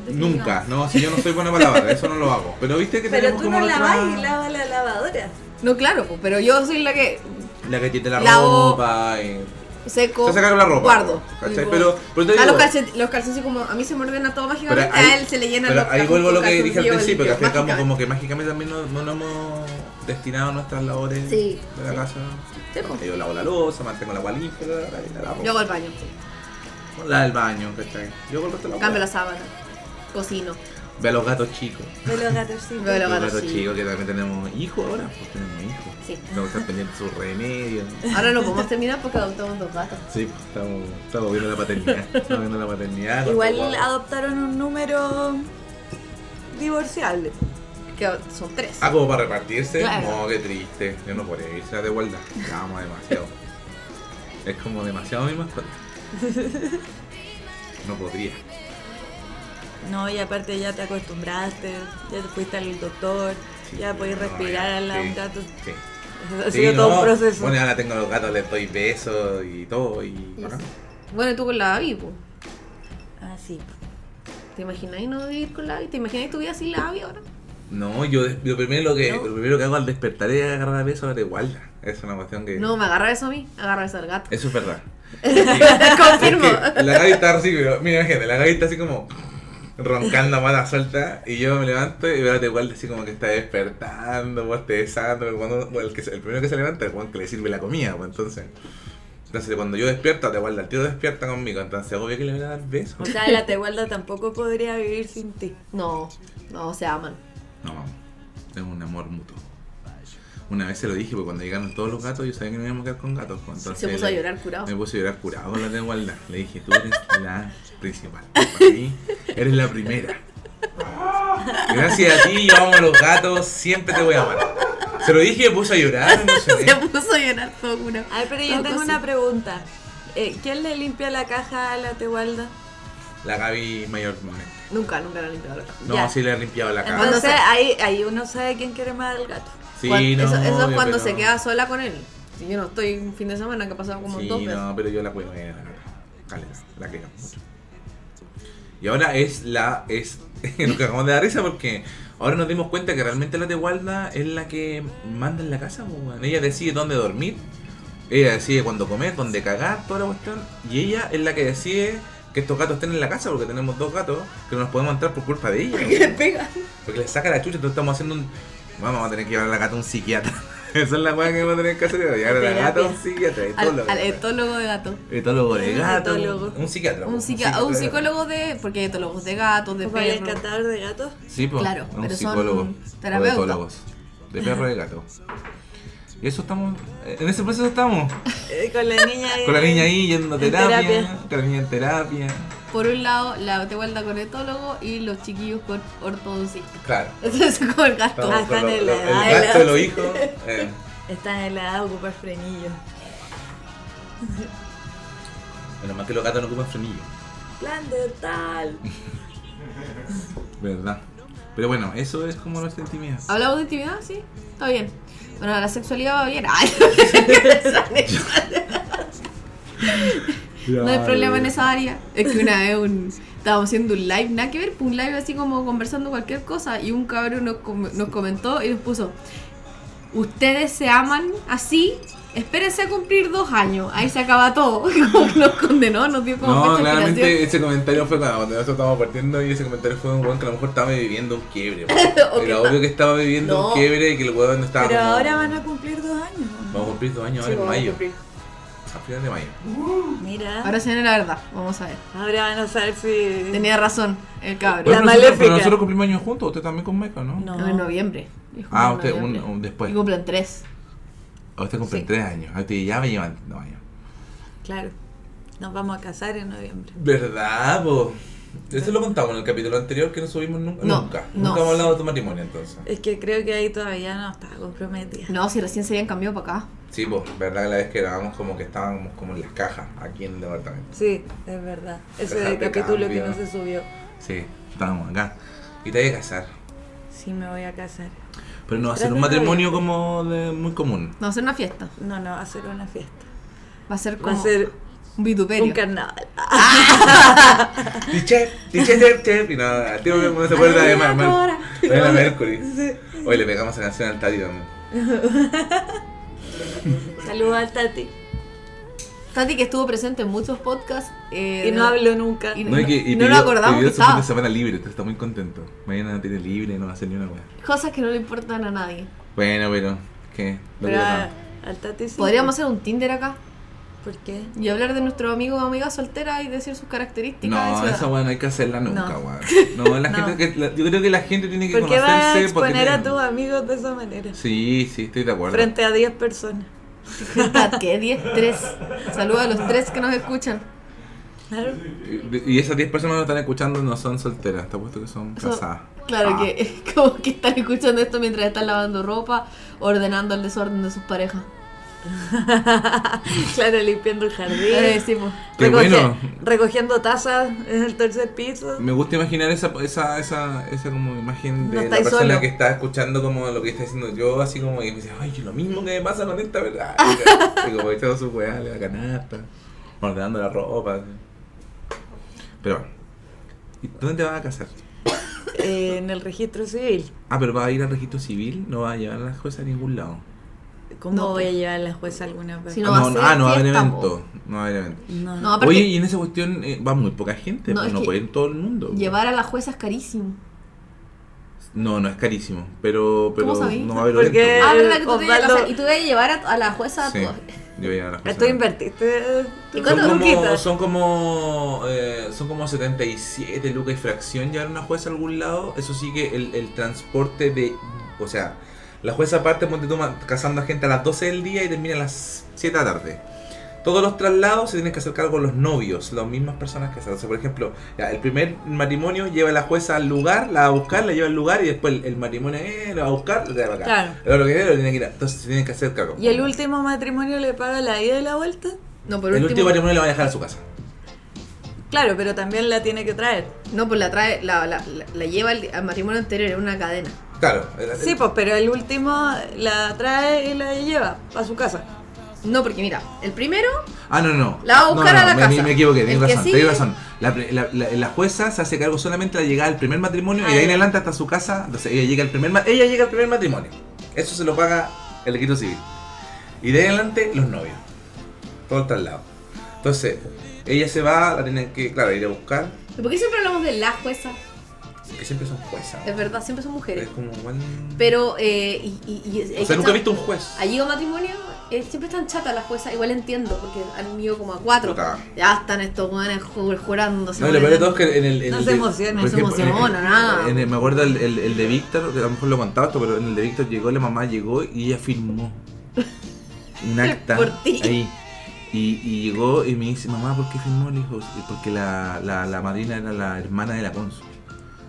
Desde que
Nunca, no, si yo no soy buena para lavar, eso no lo hago. Pero viste
[LAUGHS]
que
Pero
tenemos
tú
como
no
nuestra-
lavas y lavas la lavadora.
llegamos. No, claro, pues, pero yo soy la que
La que tiene la
Lavo-
ropa. Y...
seco.
Se sacaron la ropa. pues,
Guardo.
¿cachai?
Digo,
Pero, pero te
Ah,
digo-
los, calcet- los calcetines como a mí se me ordena todo
Pero
mágicamente,
ahí-
a él se le llenan
pero
los
ahí
cajos
vuelvo a lo
con
que dije al
calzoncillos
principio, que al fin y al
limpios,
cabo como
mágicamente.
que mágicamente también no, no nos hemos destinado a nuestras labores
Sí,
de la
sí.
casa.
Sí, pues.
Yo lavo la losa, mantengo el agua limpia, la, la, la lavo.
Yo hago el baño,
La del baño, ¿cachai? Yo hago el resto de la
cambio la
hueá.
sábana, cocino.
Ve a los gatos chicos.
De los gatos
Veo los
los
gatos,
gatos
sí.
chicos que también tenemos hijos ahora, pues tenemos hijos.
Sí.
Tenemos que estar pendientes de sus remedios.
Ahora no podemos terminar porque adoptamos dos gatos.
Sí, pues, estamos, estamos viendo la paternidad.
[LAUGHS]
Estamos viendo la paternidad.
Igual
Guau.
adoptaron un número divorciable.
Que son tres.
Ah, como para repartirse.
Claro.
No, qué triste. Yo no podría irse de igualdad. La amo demasiado. es como demasiado mi mascota. No podría.
No, y aparte ya te acostumbraste, ya te fuiste al doctor,
Sí,
ya podés
no,
respirar
ya,
al lado de un
sí,
gato.
Sí.
Ha
Sí,
sido todo
no,
un proceso.
Bueno, ahora tengo los gatos, les doy besos y todo. Y,
Y
Ajá.
sí. Bueno, y tú con la Abby, pues.
Ah, sí.
¿Te imagináis no vivir con la Abby? ¿Te imagináis tu vida sin la Abby ahora?
No, yo des- lo primero, que,
No.
lo primero que hago al despertar es agarrar a besos a la igualdad. Es una cuestión que.
No, me agarra eso a mí, agarra eso al gato.
Eso es verdad.
[LAUGHS] Confirmo.
Es que la Gaby está así, pero mira, gente, la Gaby está así como roncando a mala suelta y yo me levanto y veo a igual así como que está despertando, bostezando, pero cuando bueno, el, que se- el primero que se levanta es el que le sirve la comida, pues entonces. Entonces cuando yo despierto, te guarda, el tío despierta conmigo, entonces obvio que le voy a dar besos.
O sea, la Tegualda tampoco podría vivir sin ti.
No, no, se aman.
No, vamos, es un amor mutuo. Una vez se lo dije, porque cuando llegaron todos los gatos, yo sabía que no íbamos a quedar con gatos. pues, entonces
Se puso a
le-
llorar curado.
Me puse a llorar curado con la de igualdad. Le dije, tú eres la principal. pues, Para mí, eres la primera. Gracias a ti, yo amo a los gatos, siempre te voy a amar. Se lo dije, me puse a llorar, me
[LAUGHS] Se
emocioné.
puso a llorar todo curado.
Ay, pero yo
Todo
tengo
así.
una pregunta. Eh, ¿Quién le limpia la caja a la Tegualda?
La Gaby mayormente.
Nunca, nunca la he limpiado la caja.
No,
Ya.
sí le he limpiado la cara.
Cuando
Entonces
se-
ahí, ahí uno sabe quién quiere más al gato.
Sí,
Cuan-
no,
eso, eso es
obvio,
cuando
pero-
se queda sola con él. Si yo no estoy un fin de semana que ha pasado como
Sí,
dos veces.
no, pero yo la cuido bien, la gata. Caleta, la quiero mucho. Y ahora es la. es [LAUGHS] Nos acabamos de dar risa porque ahora nos dimos cuenta que realmente la Tegualda es la que manda en la casa, pues, weón. Ella decide dónde dormir, ella decide cuándo comer, dónde cagar, toda la cuestión. Y ella es la que decide que estos gatos estén en la casa porque tenemos dos gatos que no nos podemos entrar por culpa de ella.
Que le
weón.
pega.
Porque le saca la chucha, entonces estamos haciendo un. Vamos a tener que llevar a la gata a un psiquiatra. [LAUGHS] Esa es la weá que vamos a tener que hacer, llevar a la
Terapia.
gata a un psiquiatra. y todo
Al,
lo
al
que-
etólogo de gato.
Etólogo de
Un
gato.
etólogo.
Un psiquiatra.
Un, psiqui- un psicólogo de. Porque hay etólogos de gatos, de
Como el
perros.
catador de gatos.
Sí, pues.
Claro,
un
pero son
psicólogo. o de
terapeutas.
etólogos. De perro y de
[LAUGHS]
gato. Y eso estamos. En ese proceso estamos.
Eh, con la niña ahí.
Con la niña ahí yendo a
En
terapia,
terapia.
Con la niña en terapia.
Por un lado, la tegualda con etólogo y los chiquillos con [LAUGHS] ortodoncista.
Claro.
Eso es con Ah, el gato.
Estamos
Ah, están
con
en
lo-
la
lo-
edad de
el
la-
gato,
[LAUGHS]
los hijos. eh,
Están en la edad de ocupar frenillos.
menos mal que los gatos no ocupan frenillo.
Plan de tal.
¿Verdad? Pero bueno, eso es como nuestra intimidad.
¿Hablamos de intimidad? Sí, está bien. Bueno, la sexualidad va bien. [LAUGHS] Ay, no hay problema en esa área. Es que una vez un, estábamos haciendo un live, nada que ver, pues un live así como conversando cualquier cosa y un cabrón nos, com- nos comentó y nos puso, ustedes se aman así, espérense a cumplir dos años, ahí se acaba todo. [LAUGHS] Como que nos condenó, nos dio como
No,
fecha de
claramente
expiración.
ese comentario fue cuando nosotros estábamos partiendo y ese comentario fue de un weón que a lo mejor estaba viviendo un quiebre. weón.
O que
Era obvio que estaba viviendo
No.
un quiebre y que el weón no estaba.
Pero
como-
ahora van a cumplir dos años. ¿o no?
Vamos a cumplir dos años ahora
Sí,
en
vamos a
mayo.
cumplir.
A finales de mayo.
Mira, ahora,
Ahora se viene la verdad, vamos a ver.
van a saber si.
Tenía razón el
Bueno,
cabrón.
La maléfica.
Pero nosotros cumplimos años juntos, usted también con Meca, ¿no?
No.
En noviembre. dijo,
Ah,
en
usted un-
noviembre.
un después.
Y cumplen tres.
A usted cumple
Sí.
tres años. A usted ya me llevan dos años.
Claro. Nos vamos a casar en noviembre.
¿Verdad, po? Eso lo contamos en el capítulo anterior que no subimos nunca.
No,
nunca.
no.
Nunca hemos hablado de tu matrimonio entonces.
Es que creo que ahí todavía no estaba comprometida.
No, si recién se habían cambiado para acá.
Sí, pues, verdad que la vez que grabamos como que estábamos como en las cajas aquí en el departamento.
Sí, es verdad. Ese
Cajas de
capítulo que
cambio.
no se subió.
Sí, estábamos acá. Y te hay que casar.
Sí, me voy a casar.
Pero no va a ser
Tras
un
de
matrimonio como de muy [LAUGHS] común.
No, va a ser una fiesta.
No, no, va a ser una fiesta.
Va a ser
Va
como
a ser
un vituperio.
un carnaval.
Tiche, tiche, chef, chef. Y nada, al tío no se acuerda de Marmar. De la Mercury. Hoy le pegamos la canción al Tati también.
Saludos al Tati.
Tati que estuvo presente en muchos podcasts. eh,
Y no hablo nunca.
y-
No, y que, y
No lo acordamos
pidió
que
su fin
estaba.
de semana libre, entonces está muy contento. Mañana tiene libre, no va a hacer ni una weá.
Cosas que no le importan a nadie.
Bueno, pero, ¿qué? Lo
Pero
que
a-
pasa.
al Tati sí. pues.
Podríamos hacer un Tinder acá
¿Por qué?
y hablar de nuestros amigos o amigas solteras y decir sus características. de
No,
su edad. [LAUGHS]
esa weá no hay que hacerla nunca,
No.
weón. No, la
No.
gente que- la- yo creo que la gente tiene que
¿Por qué
conocerse.
vas a exponer a
tiene-
tus amigos de esa manera?
Sí, sí, estoy de acuerdo.
Frente a 10 personas.
¿Verdad que 10, 3. Saludos a los tres que nos escuchan.
Claro.
Y y esas 10 personas que nos están escuchando no son solteras, te apuesto que son
Eso-
casadas.
Claro
Ah.
que [LAUGHS] como que están escuchando esto mientras están lavando ropa, ordenando el desorden de sus parejas.
[LAUGHS] claro, limpiando el jardín.
Eh, sí, pues.
Qué
recoge-
bueno.
Recogiendo tazas en el tercer piso.
Me gusta imaginar esa, esa, esa, esa como imagen
No
de la
estáis
persona
solo.
que está escuchando como lo que está diciendo yo, así como que me dice, ay, lo mismo que me pasa con esta
[LAUGHS]
verdad. Y como echando su weá, la canasta, ordenando la ropa. así. Pero bueno. ¿Y dónde te vas a casar?
eh, en el registro civil.
Ah, pero vas a ir al registro civil, no vas a llevar las cosas a ningún lado.
¿Cómo
No,
voy a
pues.
llevar a la jueza alguna vez?
Si
Ah,
no va a ser
ah, no va a haber
fiesta,
evento. No va a haber evento.
No.
No, aparte,
Oye, y en esa cuestión eh, va muy poca gente,
No,
pues,
es
no
que
puede ir todo el mundo. pues.
llevar a la jueza es carísimo.
No, no es carísimo, pero, pero
¿Cómo sabéis?
no va a haber
Porque-
evento. pues.
Ah, verdad que tú te
Osvaldo-
o sea, y tú debes llevar a, a la jueza a tu...
Sí, yo voy a las
Esto
personas.
invertiste. eh,
¿Y
tu
cuánto
Son como,
luquita.
son como eh, son como 77 lucas y fracción llevar una jueza a algún lado. Eso sí que el, el transporte de. O sea, la jueza parte ponte tú, ma- cazando a gente a las 12 del día y termina a las 7 de la tarde. Todos los traslados se tienen que hacer cargo los novios, las mismas personas que se O sea, por ejemplo, ya, el primer matrimonio lleva a la jueza al lugar, la va a buscar, la lleva al lugar y después el, el matrimonio eh, la va a buscar, la lleva acá.
Claro.
El otro que viene lo tiene que ir a- Entonces se tienen que hacer cargo.
¿Y el último matrimonio le paga la ida y la vuelta?
No, por
El
último...
último matrimonio la va a dejar a su casa.
Claro, pero también la tiene que traer.
No, pues la trae, la, la, la- la lleva al, al matrimonio anterior en una cadena.
Claro. el-
Sí, pues, pero el último la trae y la lleva a su casa.
No, porque mira, el primero,
Ah, no, no.
La va a buscar
No, no,
a la
me,
casa.
Me equivoqué, tenés
El que
razón,
sigue-
tenés razón. La, pre- la- la- la jueza se hace cargo solamente de la llegada al primer matrimonio y de ahí en adelante hasta su casa. Entonces ella llega al primer, ma- ella llega al primer matrimonio. Eso se lo paga el registro civil. Y de ahí en adelante los novios. Todo el traslado. Entonces, ella se va, la tienen que, claro, ir a buscar.
¿por qué siempre hablamos de la jueza?
Que siempre son juezas.
Es verdad, siempre son mujeres.
Es como igual.
Pero, eh, y, y, y-
o sea, nunca he
¿cachai?
visto un juez.
Allí o matrimonio, eh, siempre están chatas las juezas, igual entiendo, porque han ido como a cuatro.
Puta.
Ya están estos jóvenes jurando.
No, y lo peor de todo es que en el. en
No
el
se
de-
emociona,
por
se
ejemplo, en-
emociona, nada.
en el- me acuerdo el, el- el de Víctor, que a lo mejor lo he contado esto, pero en el de Víctor llegó, la mamá llegó y ella
[LAUGHS]
firmó un acta
Por ti.
ahí. Y, y llegó y me dice, mamá, ¿por qué firmó? Le dijo, "Sí, porque la, la, la madrina era la hermana de la cónsul.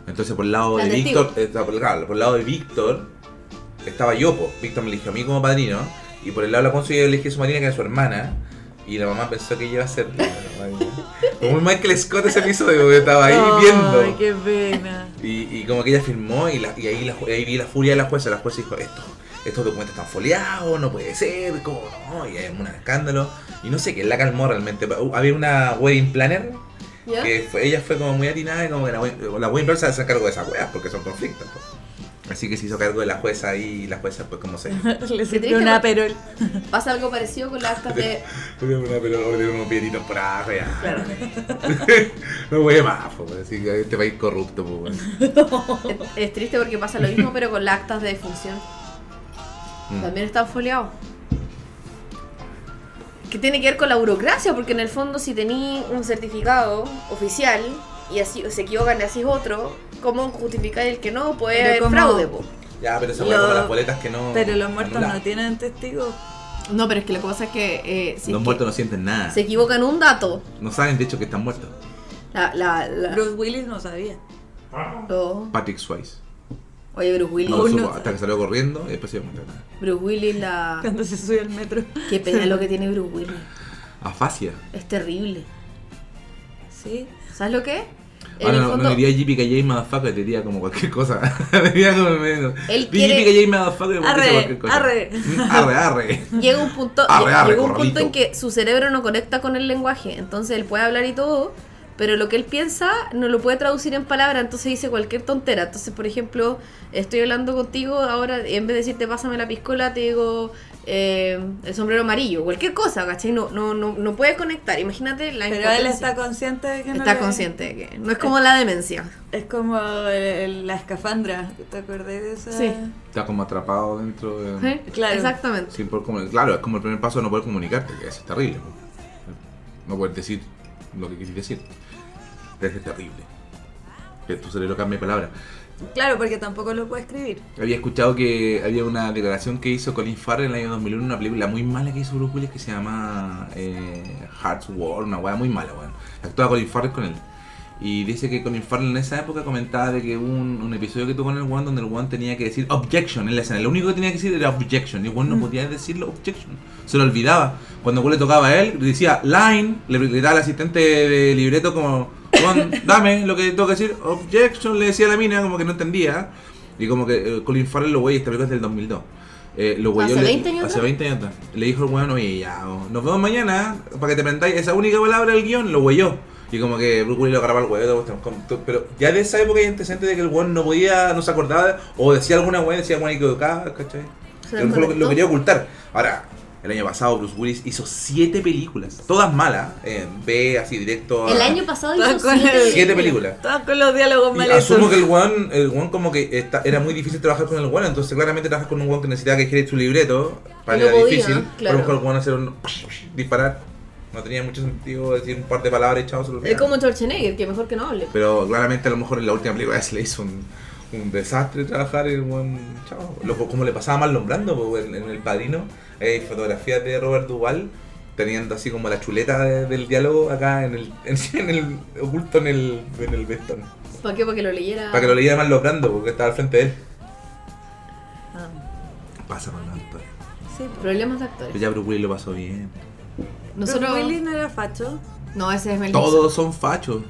Entonces, por el lado
La
de
testigo.
Víctor, eh, por, el- claro, por el lado de Víctor, estaba yo, po. Víctor me eligió a mí como padrino, y por el lado de la cónsul yo elegí a su madrina, que era su hermana, Y la mamá pensó que yo iba a ser. Como un Michael Scott ese episodio, yo estaba ahí viendo.
Ay, qué
[LAUGHS]
pena.
Y, y como que ella firmó y, la- y ahí, la, ju- ahí vi la furia de la jueza. La jueza dijo, estos, estos documentos están foliados, no puede ser, ¿cómo no? Y hay un escándalo. Y no sé qué, la calmó realmente. Uh, Había una wedding planner
¿Ah?
¿Ya?
que fue- ella fue como muy atinada y como que la, we- la wedding planner se hace cargo de esas weas porque son conflictos. pues. Así que se hizo cargo de la jueza ahí y la jueza pues
[LAUGHS]
como se...
Le
triste,
sirvió una perol.
Pasa algo parecido con las
[LAUGHS]
actas de.
Tuvieron una pelota, tuvieron unos pieditos por abajo ya. [LAUGHS] no voy más, pues, así que este país corrupto, pues. bueno.
es- Es triste porque pasa lo mismo, pero con las actas de defunción.
Mm.
También están foliados. Que tiene que ver con la burocracia, porque en el fondo, si tení un certificado oficial y así se equivocan y así otro, ¿cómo justificáis el que no? Puede
Pero
haber
como-
fraude, po.
Ya, pero se
Lo-
como las boletas que no.
Pero los muertos
anuladas.
no tienen testigos.
No, pero es que la cosa es que. eh, si
Los
es que
muertos no sienten nada.
se equivocan un dato.
No saben, de hecho, que están muertos.
La, la, la-
Bruce Willis no sabía.
no.
Patrick Swayze.
Oye, Bruce Willis.
Oh, No lo
Uno
supo
sabe.
hasta que salió corriendo y después se dio cuenta.
Bruce Willis, la.
Cuando se subió al metro.
Qué pena lo que tiene Bruce Willis.
Afasia.
Es terrible.
Sí.
¿Sabes lo que es? En
Ahora
el
Ah, no,
fondo,
no diría JPKJ motherfucker, diría como cualquier cosa. [LAUGHS] diría como medio.
Él
Di
quiere-
JPKJ motherfucker, porque dice
Arre,
cualquier cosa.
arre.
Mm, Arre, arre.
llega un punto,
Arre, arre,
llega un punto
corralito.
en que su cerebro no conecta con el lenguaje. Entonces él puede hablar y todo, pero lo que él piensa no lo puede traducir en palabras. Entonces dice cualquier tontera. Entonces, por ejemplo, estoy hablando contigo ahora, y en vez de decirte pásame la piscola, te digo eh, el sombrero amarillo. Cualquier cosa, ¿cachai? No, no, no, no puedes conectar. Imagínate la
Pero él
impotencia.
está consciente de que no
Está
le-
consciente de que no es como la demencia.
Es como el- la escafandra. ¿Te acordás de esa?
Sí.
Está como atrapado dentro de.
¿Eh?
Claro.
Exactamente.
Sin poder comuni- Claro, es como el primer paso de no poder comunicarte, que eso es terrible. po. No poder decir lo que quisiste decir. Es terrible. Que tu cerebro cambie palabra.
Claro, porque tampoco lo puede escribir.
Había escuchado que había una declaración que hizo Colin Farrell en el año 2001, una película muy mala que hizo Bruce Willis que se llama eh, Hearts War, una weá muy mala, weón. Actuaba Colin Farrell con él. Y dice que Colin Farrell en esa época comentaba de que hubo un, un episodio que tuvo con el weón donde el weón tenía que decir objection en la escena. Lo único que tenía que decir era objection. Y el
Mm.
weón no podía decirlo objection. Se lo olvidaba. Cuando el weón le tocaba a él, decía line, le gritaba al asistente de libreto como, "Weón, dame lo que tengo que decir. Objection, le decía a la mina, como que no entendía. Y como que eh, Colin Farrell lo güey, esta película es del 2002. Eh, lo güeyó
¿Hace
le-
20 años
Hace
atrás?
20 años atrás. Le dijo el weón, oye, ya, oh, nos vemos mañana, ¿eh? para que te prendáis esa única palabra del guión, lo güeyó. Y como que Bruce Willis lo agarraba al huevo, pero ya de esa época hay antecedentes de que el weón no podía, no se acordaba, o decía alguna weón, decía alguna equivocada, ¿cachai?
Se
Que a lo mejor lo,
desconectó.
lo quería ocultar. Ahora, el año pasado Bruce Willis hizo 7 películas, todas malas, eh, B, así directo. a-
El año pasado
Está
hizo
con
siete,
el-
Siete películas.
Todos con los diálogos
Y
mal
asumo
hechos.
que el one, el one como que está- era muy difícil trabajar con el one, entonces claramente trabajas con un one que necesitaba que escribiera su libreto, para
Y no
él era
podía,
difícil,
claro.
a lo mejor el one hacer un disparar, no tenía mucho sentido decir un par de palabras echadas sobre
Es como Schwarzenegger, que mejor que no hable.
Pero claramente a lo mejor en la última película se le hizo un, un desastre trabajar el one, chao, Lo- como le pasaba mal nombrando en, en El Padrino, hay fotografías de Robert Duval teniendo así como la chuleta de- del diálogo acá en el, [LAUGHS] en el oculto en el, en el vestón.
¿Para qué? Para que lo leyera.
Para que lo leyera más logrando, porque estaba al frente de él.
Ah,
Pasa con Antonio.
sí, pero
Problemas de
Pero
actores.
ya Bruce Willis lo pasó bien.
Nosotros.
Bruce Willis no era facho.
No, ese es Mel Gibson.
Todos son fachos.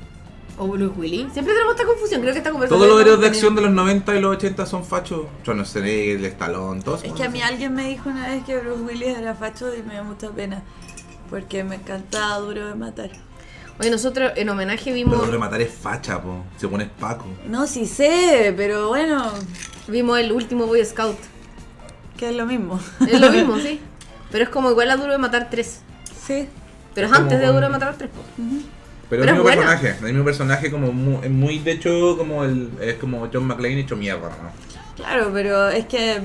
O Bruce Willis. Siempre tenemos esta confusión. Creo que esta conversación.
Todos los héroes de
estamos
acción de los 90 y los 80 son fachos. Schwarzenegger, el Estalón, todos.
Es
son
que a mí
así.
alguien me dijo una vez que Bruce Willis era facho y me dio mucha pena. Porque me encantaba Duro de Matar.
teniendo. Oye, nosotros en homenaje
Pero
vimos
lo de matar es facha, po. Se pone Paco.
No, sí sé, pero bueno,
vimos el último Boy Scout.
que es lo mismo.
[LAUGHS]
Es lo mismo, sí. Pero es como igual a Duro de Matar 3.
[LAUGHS] Sí.
Pero es
Como
antes de
con-
Duro de Matar 3. po.
Pero,
Pero
el
es
mismo
buena.
personaje. El mismo personaje como muy, es muy, de hecho, como el. Es como John McClane hecho mierda, ¿no?
Claro, pero es que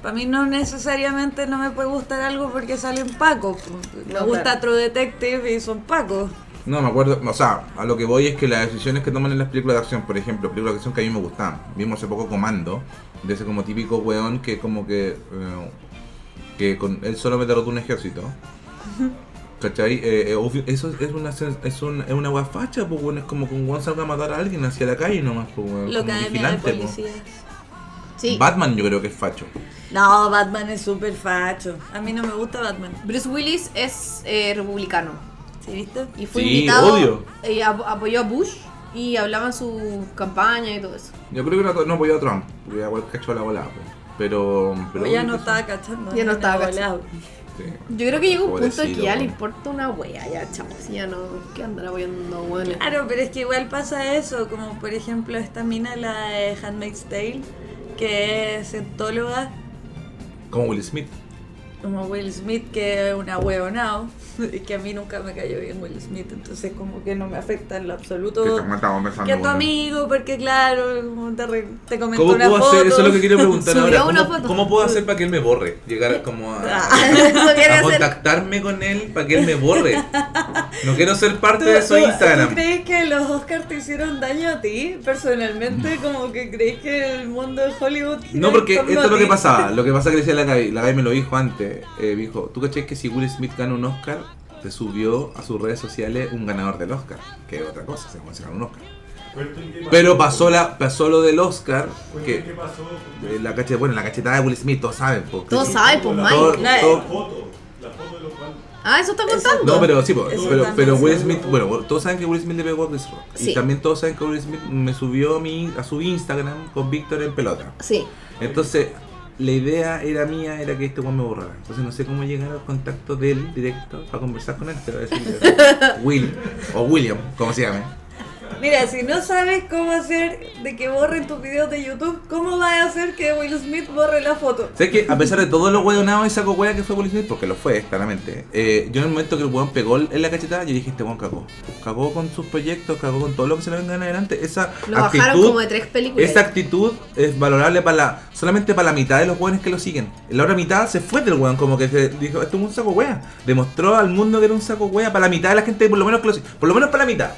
para mí no necesariamente no me puede gustar algo porque salen Paco. Me
No,
gusta
claro.
True Detective y son Paco.
No, me acuerdo. O sea, a lo que voy es que las decisiones que toman en las películas de acción, por ejemplo, películas de acción que a mí me gustaban. Vimos hace poco Comando, de ese como típico weón que como que. eh, que con él solo me derrotó un ejército. ¿Cachai? Eh, eh, obvio- eso es- es una sen- es, un, es una weá facha, pues weón. Es como que un weón salga a matar a alguien hacia la calle nomás, pues weón.
Lo
como
que a mí me da
vigilante, po.
policías.
Sí.
Batman yo creo que es facho.
No, Batman es súper facho. A mí no me gusta Batman.
Bruce Willis es eh, republicano
¿Sí viste?
y fue
Sí,
invitado.
obvio.
eh, ap- apoyó a Bush y hablaba en su campaña y todo eso.
Yo creo que no, no apoyó a Trump, porque ya cachó la volada. pues. Pero, pero.
Pues ya no estaba cachando.
Ya no
ni
estaba
la
cachando.
volaba.
Sí.
Yo creo que llega un punto en que
Pobrecito,
ya le
weón.
importa una wea, ya chavos, si ya no, que andan apoyando
[LAUGHS]
weones.
Claro, pero es que igual pasa eso, como por ejemplo esta mina, la de Handmaid's Tale, que es entóloga,
Como Will Smith.
como Will Smith, que es una huevonao, [LAUGHS] y que a mí nunca me cayó bien Will Smith, entonces como que no me afecta en lo absoluto. Que a tu amigo, porque claro, como te, re- te comentó
¿Cómo
una
puedo
foto.
hacer? Eso es lo que quiero preguntar
[LAUGHS] Subió
ahora.
una
¿Cómo,
foto.
cómo puedo hacer para que él me borre? Llegar como
[LAUGHS]
a,
Eso quiere
a
hacer.
contactarme con él para que él me borre. No quiero ser parte
¿Tú,
de su
tú-
Instagram.
¿Tú crees que los Oscars te hicieron daño a ti? Personalmente, como que crees que el mundo de Hollywood. gira
No,
en
porque
torno
esto
a
es lo que
[LAUGHS]
ti?
pasaba. Lo que pasa que decía la Gaby, la Gaby me lo dijo antes. eh, me dijo, ¿tú caché que si Will Smith gana un Oscar, te subió a sus redes sociales un ganador del Oscar? Que es otra cosa, se considera un Oscar. Pero pasó, la, pasó lo del Oscar, que
¿Qué pasó?
eh, la cachet- bueno, la cachetada de Will Smith, todos saben. po,
Todos
que-
saben, pues
todo-
Mike.
La-
todo-
Foto, la foto de los fans.
Ah, eso está contando.
No, pero sí, po,
Eso
pero,
también
pero
es
Will
algo.
Smith, bueno, todos saben que Will Smith le pegó a Chris Rock.
Sí.
Y también todos saben que Will Smith me subió a, mi, a su Instagram con Víctor en pelota.
Sí.
Entonces, la idea era mía, era que este weón me borrara. Entonces no sé cómo llegar al contacto de él directo para conversar con él, pero
[LAUGHS]
decirle Will o William, como se llame.
[LAUGHS] Mira, si no sabes cómo hacer de que borren tus videos de YouTube, ¿cómo vas a hacer que Will Smith borre la foto?
Sé que a pesar de todos los hueonados y saco hueá que fue Will Smith, porque lo fue, claramente. eh, yo en el momento que el weón pegó en la cachetada, yo dije, este weón cagó. Cagó con sus proyectos, cagó con todo lo que se le venga adelante. Esa
Lo bajaron como de tres películas.
Esa actitud es valorable para la, solamente para la mitad de los weones que lo siguen. La otra mitad se fue del weón, como que se dijo, esto es un saco wea. Demostró al mundo que era un saco wea para la mitad de la gente, por lo menos que lo sig- Por lo menos para la mitad.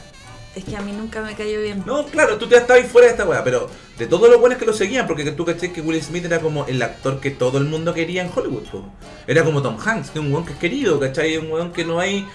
Es que a mí nunca me cayó bien.
No, claro, tú te has estado ahí fuera de esta wea, pero de todos los buenos que lo seguían, porque tú caché que Will Smith era como el actor que todo el mundo quería en Hollywood, po. Era como Tom Hanks, que es un weón que es querido, ¿cachai? Un weón que no hay.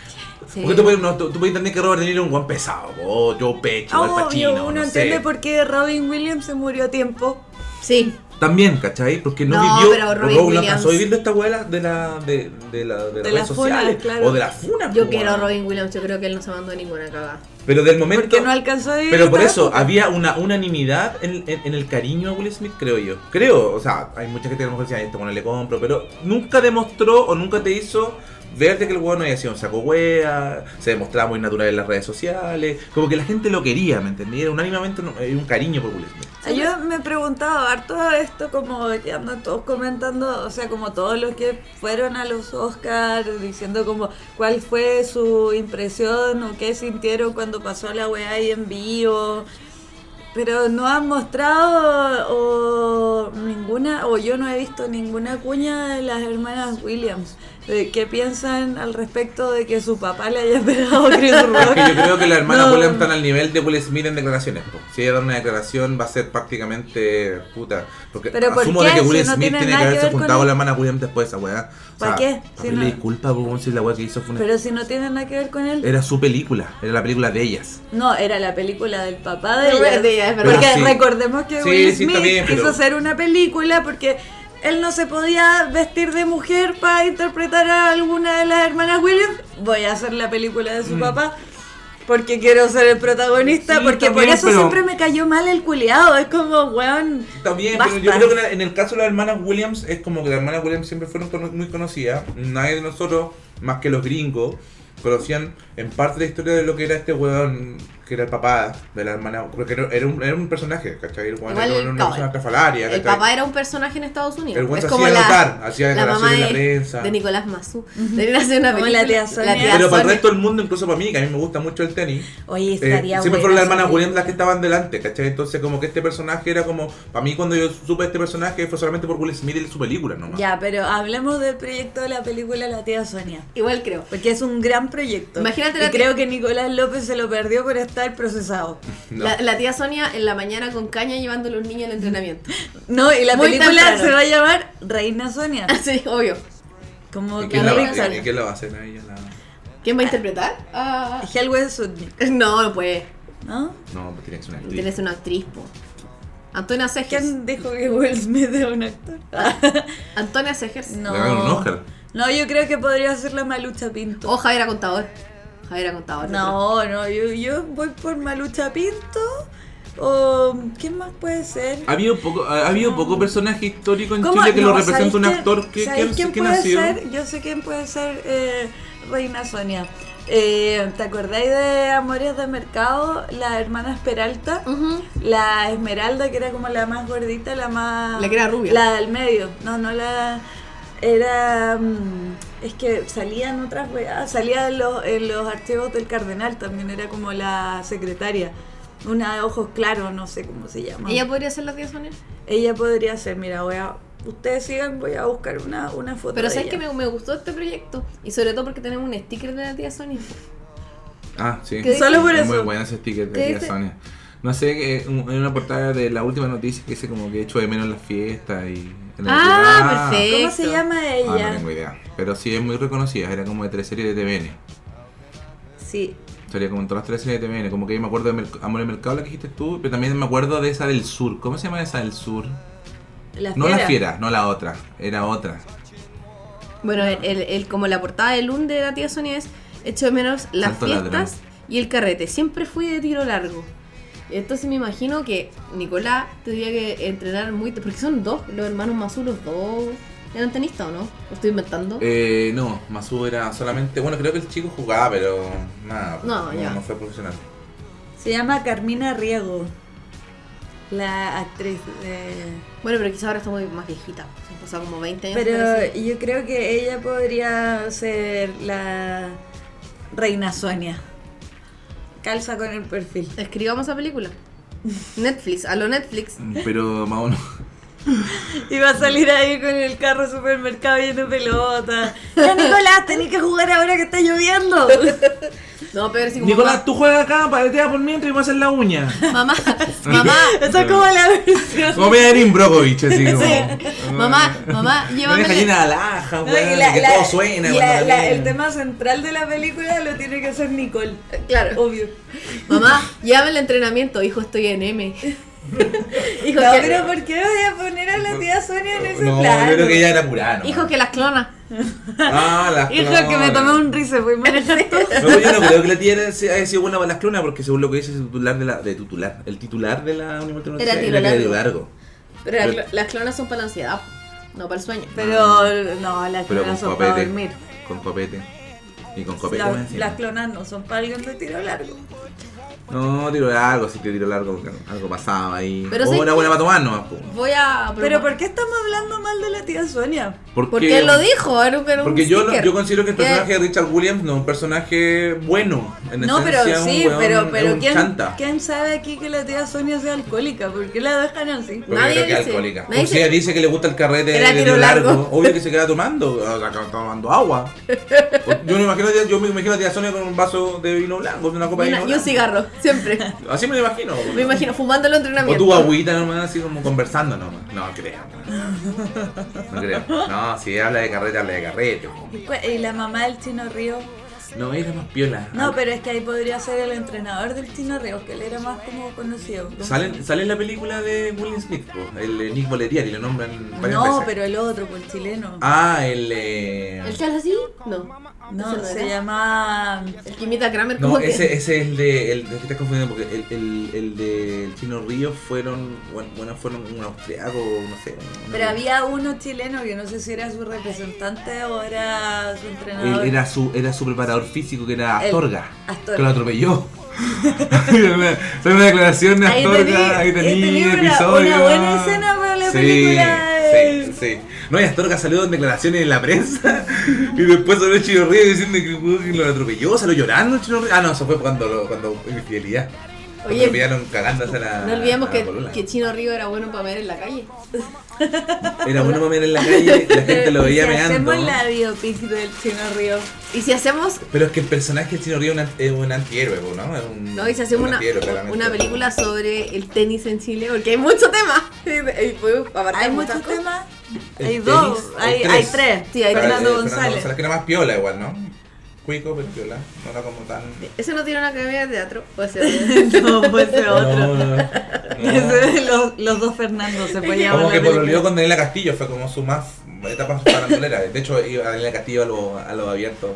Sí.
Porque tú puedes, no, tú- tú puedes entender que Robert De Niro es un weón pesado, po. Joe Pecho, Al Pacino,
Ah, Obvio, uno
no
entiende
sé.
por qué Robin Williams se murió a tiempo.
Sí.
También, ¿cachai? Porque no,
No,
vivió.
pero Robin
o no
Williams.
alcanzó a vivir de esta weá de la. de, de la- de las
De
redes
las funas,
sociales.
claro.
O de las funas,
Yo
po,
quiero a
weón.
Robin Williams, yo creo que él no se mandó ninguna cagada.
Pero del momento.
Porque no alcanzó a vivir.
Pero por
esta
eso,
época.
había una unanimidad en, en- en el cariño a Will Smith, creo yo. Creo, o sea, hay mucha gente que a lo mejor decía, "Ay, este bueno le compro, pero nunca demostró o nunca te hizo ver de que el weón no había sido un saco wea, se demostraba muy natural en las redes sociales, como que la gente lo quería, ¿me entendí? Era Unánimemente un, eh, un cariño por Will Smith.
Sí, Yo me he preguntado harto esto, como que andan todos comentando, o sea, como todos los que fueron a los Oscars, diciendo como cuál fue su impresión o qué sintieron cuando pasó la weá ahí en vivo. Pero no han mostrado o ninguna, o yo no he visto ninguna cuña de las hermanas Williams. de ¿Qué piensan al respecto de que su papá le
[LAUGHS]
haya pegado a Chris Rock?
Es que yo creo que la hermana
No.
Williams están al nivel de Will Smith en declaraciones. po. Si ella da una declaración va a ser prácticamente puta. Porque
Pero ¿por
asumo
qué?
de que Will
Si no
Smith
tiene
tiene que
nada que
haberse
ver con
juntado con
él.
la hermana Williams después de esa weá.
¿Para qué? Si
Para
no-
pedirle disculpas po, si la weá que hizo fue una
Pero si no tiene nada que ver con él.
Era su película, era la película de ellas.
No, era la película del papá
De
de ella.
de ella, es verdad.
Porque
Pero sí.
recordemos que
Sí,
Will
sí, está
Smith
bien, pero-
quiso hacer una película porque él no se podía vestir de mujer para interpretar a alguna de las hermanas Williams. Voy a hacer la película de su papá. Porque quiero ser el protagonista,
Mm. Sí,
porque
está
por
bien,
eso
pero-
siempre me cayó mal el culiado. Es como, weón.
También,
basta.
pero yo creo que en el- en el caso de las hermanas Williams, es como que las hermanas Williams siempre fueron cono- muy conocidas. Nadie de nosotros, más que los gringos, conocían en parte la historia de lo que era este weón, que era el papá de la hermana. Porque era, era un, era un personaje, ¿cachai? El weón
Igual
era
el
una
cabo-
persona cafalaria,
El
¿cachai?
papá era un personaje en Estados Unidos.
El buen
es
se
como
hacía
la,
notar, hacía
la
declaraciones
mamá
en la
de,
prensa.
de Nicolás Mazú. Tenía hacer una
Como
película.
la tía Sonia.
Pero
tía
para el
Sonia.
resto del mundo, incluso para mí, que a mí me gusta mucho el tenis,
Oye,
Eh,
estaría
siempre
buena
fueron las
esa
hermanas Williams las que
película.
estaban delante, ¿cachai? Entonces como que este personaje era como, para mí cuando yo supe este personaje fue solamente por Will Smith y su película nomás.
Ya, pero hablemos del proyecto de la película La tía Sonia.
Igual creo.
Porque es un gran proyecto.
Imagínate
y
la-
creo que Nicolás López se lo perdió por estar procesado.
No.
La, la tía Sonia en la mañana con caña llevando a los niños al
[LAUGHS]
entrenamiento.
No, y la
Muy
película
temprano.
se va a llamar Reina Sonia.
sí, obvio.
¿Y
Como que
quién la, va-
Pixar.
y- y quién la va a hacer a ella? La-
¿Quién va a interpretar? Ah.
Helwe Sudnik,
No, no puede.
¿no?
No, pues tiene que ser una actriz.
Tienes una actriz, po. Antonia Segers.
¿Quién dijo que Will Smith es un
[LAUGHS]
actor?
Antonia Segers.
no.
Le ganaron un Oscar.
No, yo creo que podría ser la Malucha Pinto.
O Javier Contador. Javier Contador.
No, no, yo, yo voy por Malucha Pinto. O. ¿Quién más puede ser?
Ha habido poco, ha ha habido poco personaje histórico en
¿Cómo?
Chile que
No,
lo representa
¿sabéis
un
quién-
actor que,
¿sabéis
que,
quién
que
puede
nació.
ser? Yo sé quién puede ser eh, Reina Sonia. Eh, ¿Te acordáis de Amores de Mercado? La hermana Peralta.
Ujú.
La Esmeralda, que era como la más gordita, la más.
La que era rubia.
La del medio. No, no la. Era. mm, Es que salían otras weas. Salía en los, en los archivos del Cardenal también. Era como la secretaria. Una de ojos claros, no sé cómo se llama.
¿Ella podría ser la tía Sonia?
Ella podría ser, mira, voy a. Ustedes sigan, voy a buscar una, una foto.
Pero
de
sabes
ella.
que me, me gustó este proyecto. Y sobre todo porque tenemos un sticker de la tía Sonia.
Ah, sí.
¿Qué Solo dice? por
Es Muy
eso.
buena ese sticker
¿Qué
de tía
dice?
Sonia. No sé, eh, un- en una portada de la última noticia que dice como que echo de menos las fiestas y. en la
Ah,
ciudad.
perfecto.
¿Cómo se llama
Ah, no
ella?
tengo idea. Pero sí es muy reconocida, era como de tres series de TVN.
sí.
Sería como en todas las tres series de TVN. Como que me acuerdo de Merc- Amor y Mercado, la que dijiste tú, pero también me acuerdo de esa del sur. ¿Cómo se llama esa del sur?
La
No la fiera, no la otra. Era otra.
Bueno, el, el- el- como la portada del LUN de la tía Sonia es hecho de menos las
Santo
fiestas
ladrón.
y el carrete. Siempre fui de tiro largo. Entonces me imagino que Nicolás tendría que entrenar muy... Porque son dos, los hermanos Mazú, los dos... ¿Eran tenistas o no? ¿Lo estoy inventando?
Eh, no, Masu era solamente. Bueno, creo que el chico jugaba, pero nada.
No, ya.
fue profesional.
Se llama Carmina Riego. La actriz de.
Bueno, pero quizás ahora está muy más viejita. Se han pasado como 20 años.
Pero
parece.
yo creo que ella podría ser la Reina Sonia. Calza con el perfil.
Escribamos esa película. [LAUGHS] Netflix, a lo Netflix.
Pero más o menos.
Y va a salir ahí con el carro al supermercado lleno
[LAUGHS]
de pelotas. Ya, Nicolás, tenés que jugar ahora que está lloviendo.
No, pero sí como...
Nicolás, tú juegas acá, paletea por mientras y vas a hacer la uña.
Mamá, mamá,
Esa es como la
[LAUGHS]
versión.
Como me Erin Brockovich, así como.
mamá, mamá,
Me deja
llévame...
llena de alhaja,
No, y
weón,
la-
que
la-
todo suena.
y la-
cuando
la-
viene.
el tema central de la película lo tiene que hacer Nicole.
Claro.
Obvio.
Mamá, llévame al entrenamiento, hijo, estoy en M. hijo,
No,
que,
pero ¿por qué voy a poner a la tía Sonia en ese
No,
plan?
yo creo que ella era purano.
hijo que las clonas.
Ah, las
Hijo, que me tomé un rice, fue [LAUGHS] molesto.
No, pero yo no creo que la tía era- sea- haya sido buena para las clonas, porque según lo que dice el titular de la. De titular, el titular de la Universidad
Era tiro
que
largo.
largo.
Pero las
Pero-
clo- las clonas son para la ansiedad, no para el sueño.
Pero no, las
Pero
clonas
con
son para
copete.
dormir.
Con copete. Y con copete
La-
más encima.
las clonas no son para alguien de tiro largo.
No, tiro largo, sí que tiro largo, algo pasaba ahí.
Pero
o
sí
una
que-
buena para tomar nomás, po.
Voy a...
Pero ¿por qué estamos hablando mal de la tía Sonia?
Porque él lo dijo, era un, era un
Porque yo, lo-
sticker. Eh,
yo considero que el
¿Qué?
personaje de Richard Williams no es un personaje bueno. En
No, pero
esencia, un
sí,
weón-
pero,
es
pero
un
¿quién,
chanta.
¿quién sabe aquí que la tía Sonia sea alcohólica? ¿Por qué la dejan así?
Porque
Nadie
creo que es
dice-
alcohólica.
nadie
O sea, dice que le gusta el carrete
Era
de
tiro
tiro largo.
largo.
Obvio que se queda tomando. O sea, que está tomando
[LAUGHS]
agua. Yo me imagino, yo me imagino a Tía Sonia con un vaso de vino blanco, una copa
Y,
de
una-
vino
y
blanco.
un cigarro, siempre.
Así me lo imagino.
Me imagino fumando el
O
entrenamiento.
tu agüita nomás, así como conversando nomás. No creo. No creo. No, si habla de carrete, habla de carrete.
¿Y cu- ¿Y la mamá del Chino Río?
No, era más piola. Ah,
No, pero es que ahí podría ser el entrenador del Chino Río, que él era más como conocido. ¿Cómo
Sale,
se
sale en la película de Will Smith, po, el eh, Nick Boletier, y lo nombran
llama?
varias
No,
veces.
pero el otro, pues el chileno.
Ah, el... eh,
¿El que habla así? No.
no,
ese no
se
era.
llama...
El que imita a Kramer
No,
como que-
ese, ese es el de. El, te estás confundiendo porque el, el, el de Chino Ríos fueron. Bueno, bueno, fueron un austriaco, no sé. un-
Pero había uno chileno que no sé si era su representante o era su entrenador.
Él Eh, era su, era su preparador físico que era
El-
Astorga.
Astorga.
Que lo
[LAUGHS]
atropelló. [LAUGHS] Son una declaración de
Ahí tení-
Astorga, ahí
ahí tení
tení
una-
episodio.
una buena escena para la
Sí,
película.
Sí, sí. No, y Astorga salió en declaraciones en la prensa [LAUGHS] y después salió Chino Ríos diciendo que, que lo atropelló, salió llorando Chino Ríos. Ah, no, eso fue cuando, lo- cuando infidelidad. Lo
Oye,
atropellaron cagándose a la.
No olvidemos
a la
que,
polola.
que Chino Río era bueno para ver en la calle.
Era bueno mami en la calle, la
[LAUGHS]
gente lo
Y
veía
si
meando.
Hacemos la biopic del Chino Río.
Y si hacemos
Pero es que el personaje del Chino Ríos es un an- es un antihéroe, po, ¿no? Es un,
No, y si hacemos
un
una,
antihéroe, claramente.
una película sobre el tenis en Chile, porque hay mucho tema. [LAUGHS] Y podemos abarcar
Hay
muchas cosas.
muchos temas.
El
Hay
tenis,
dos,
hay
hay,
tres.
hay tres.
Sí, hay
Pero
tres.
el de
Fernando González.
que era más piola igual, ¿no? Cuico, pero piola. No era como tan...
[LAUGHS]
[LAUGHS]
Eso no tiene una academia de teatro. O sea,
No, pues [LAUGHS] ese otro.
no,
los, los dos Fernando se podían
Como
hablar
que
de-
pololeó con Daniela Castillo, fue como su más etapa farandulera. De hecho, iba Daniela Castillo a lo, a lo abierto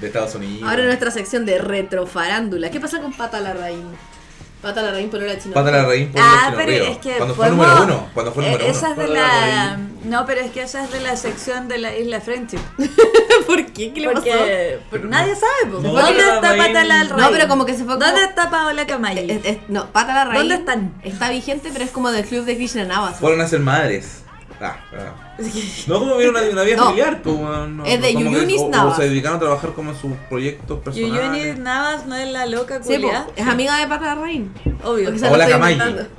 de Estados Unidos.
Ahora nuestra sección de retrofarándula. ¿Qué pasa con Pata Larraín? Pata Larraín por hora chino.
Pata la Raín por
Ah,
el
pero
Río.
es que
Cuando fue el
podemos-
número uno. Cuando fue el
Eh,
número
esa
uno.
es de la... No, pero es que esa es de la sección de la isla Friendship.
[LAUGHS] ¿Por qué? ¿Qué le pasó?
Porque porque nadie sabe. po.
No,
¿Dónde
pero
está
Raín-
Patala al
No,
Rey?
pero como que se fue como-
¿Dónde está Paola
Es-
Camayo?
es- no, Pata Larraín.
¿Dónde están?
Está vigente, pero es como del club de Krishna Navas.
Fueron a ser madres. Ah, ah. No como vieron una, una vida
No.
familiar, pues, weón, no,
Es de
como que-
Yuyunis
o- o
Navas.
se dedicaron a trabajar como en sus proyectos
Yuyuni
personales.
Navas no es la loca
Sí, po,
culia.
es amiga de Pata Larraín.
Obvio.
Porque se lo
Paola
estoy
Camayi.
inventando.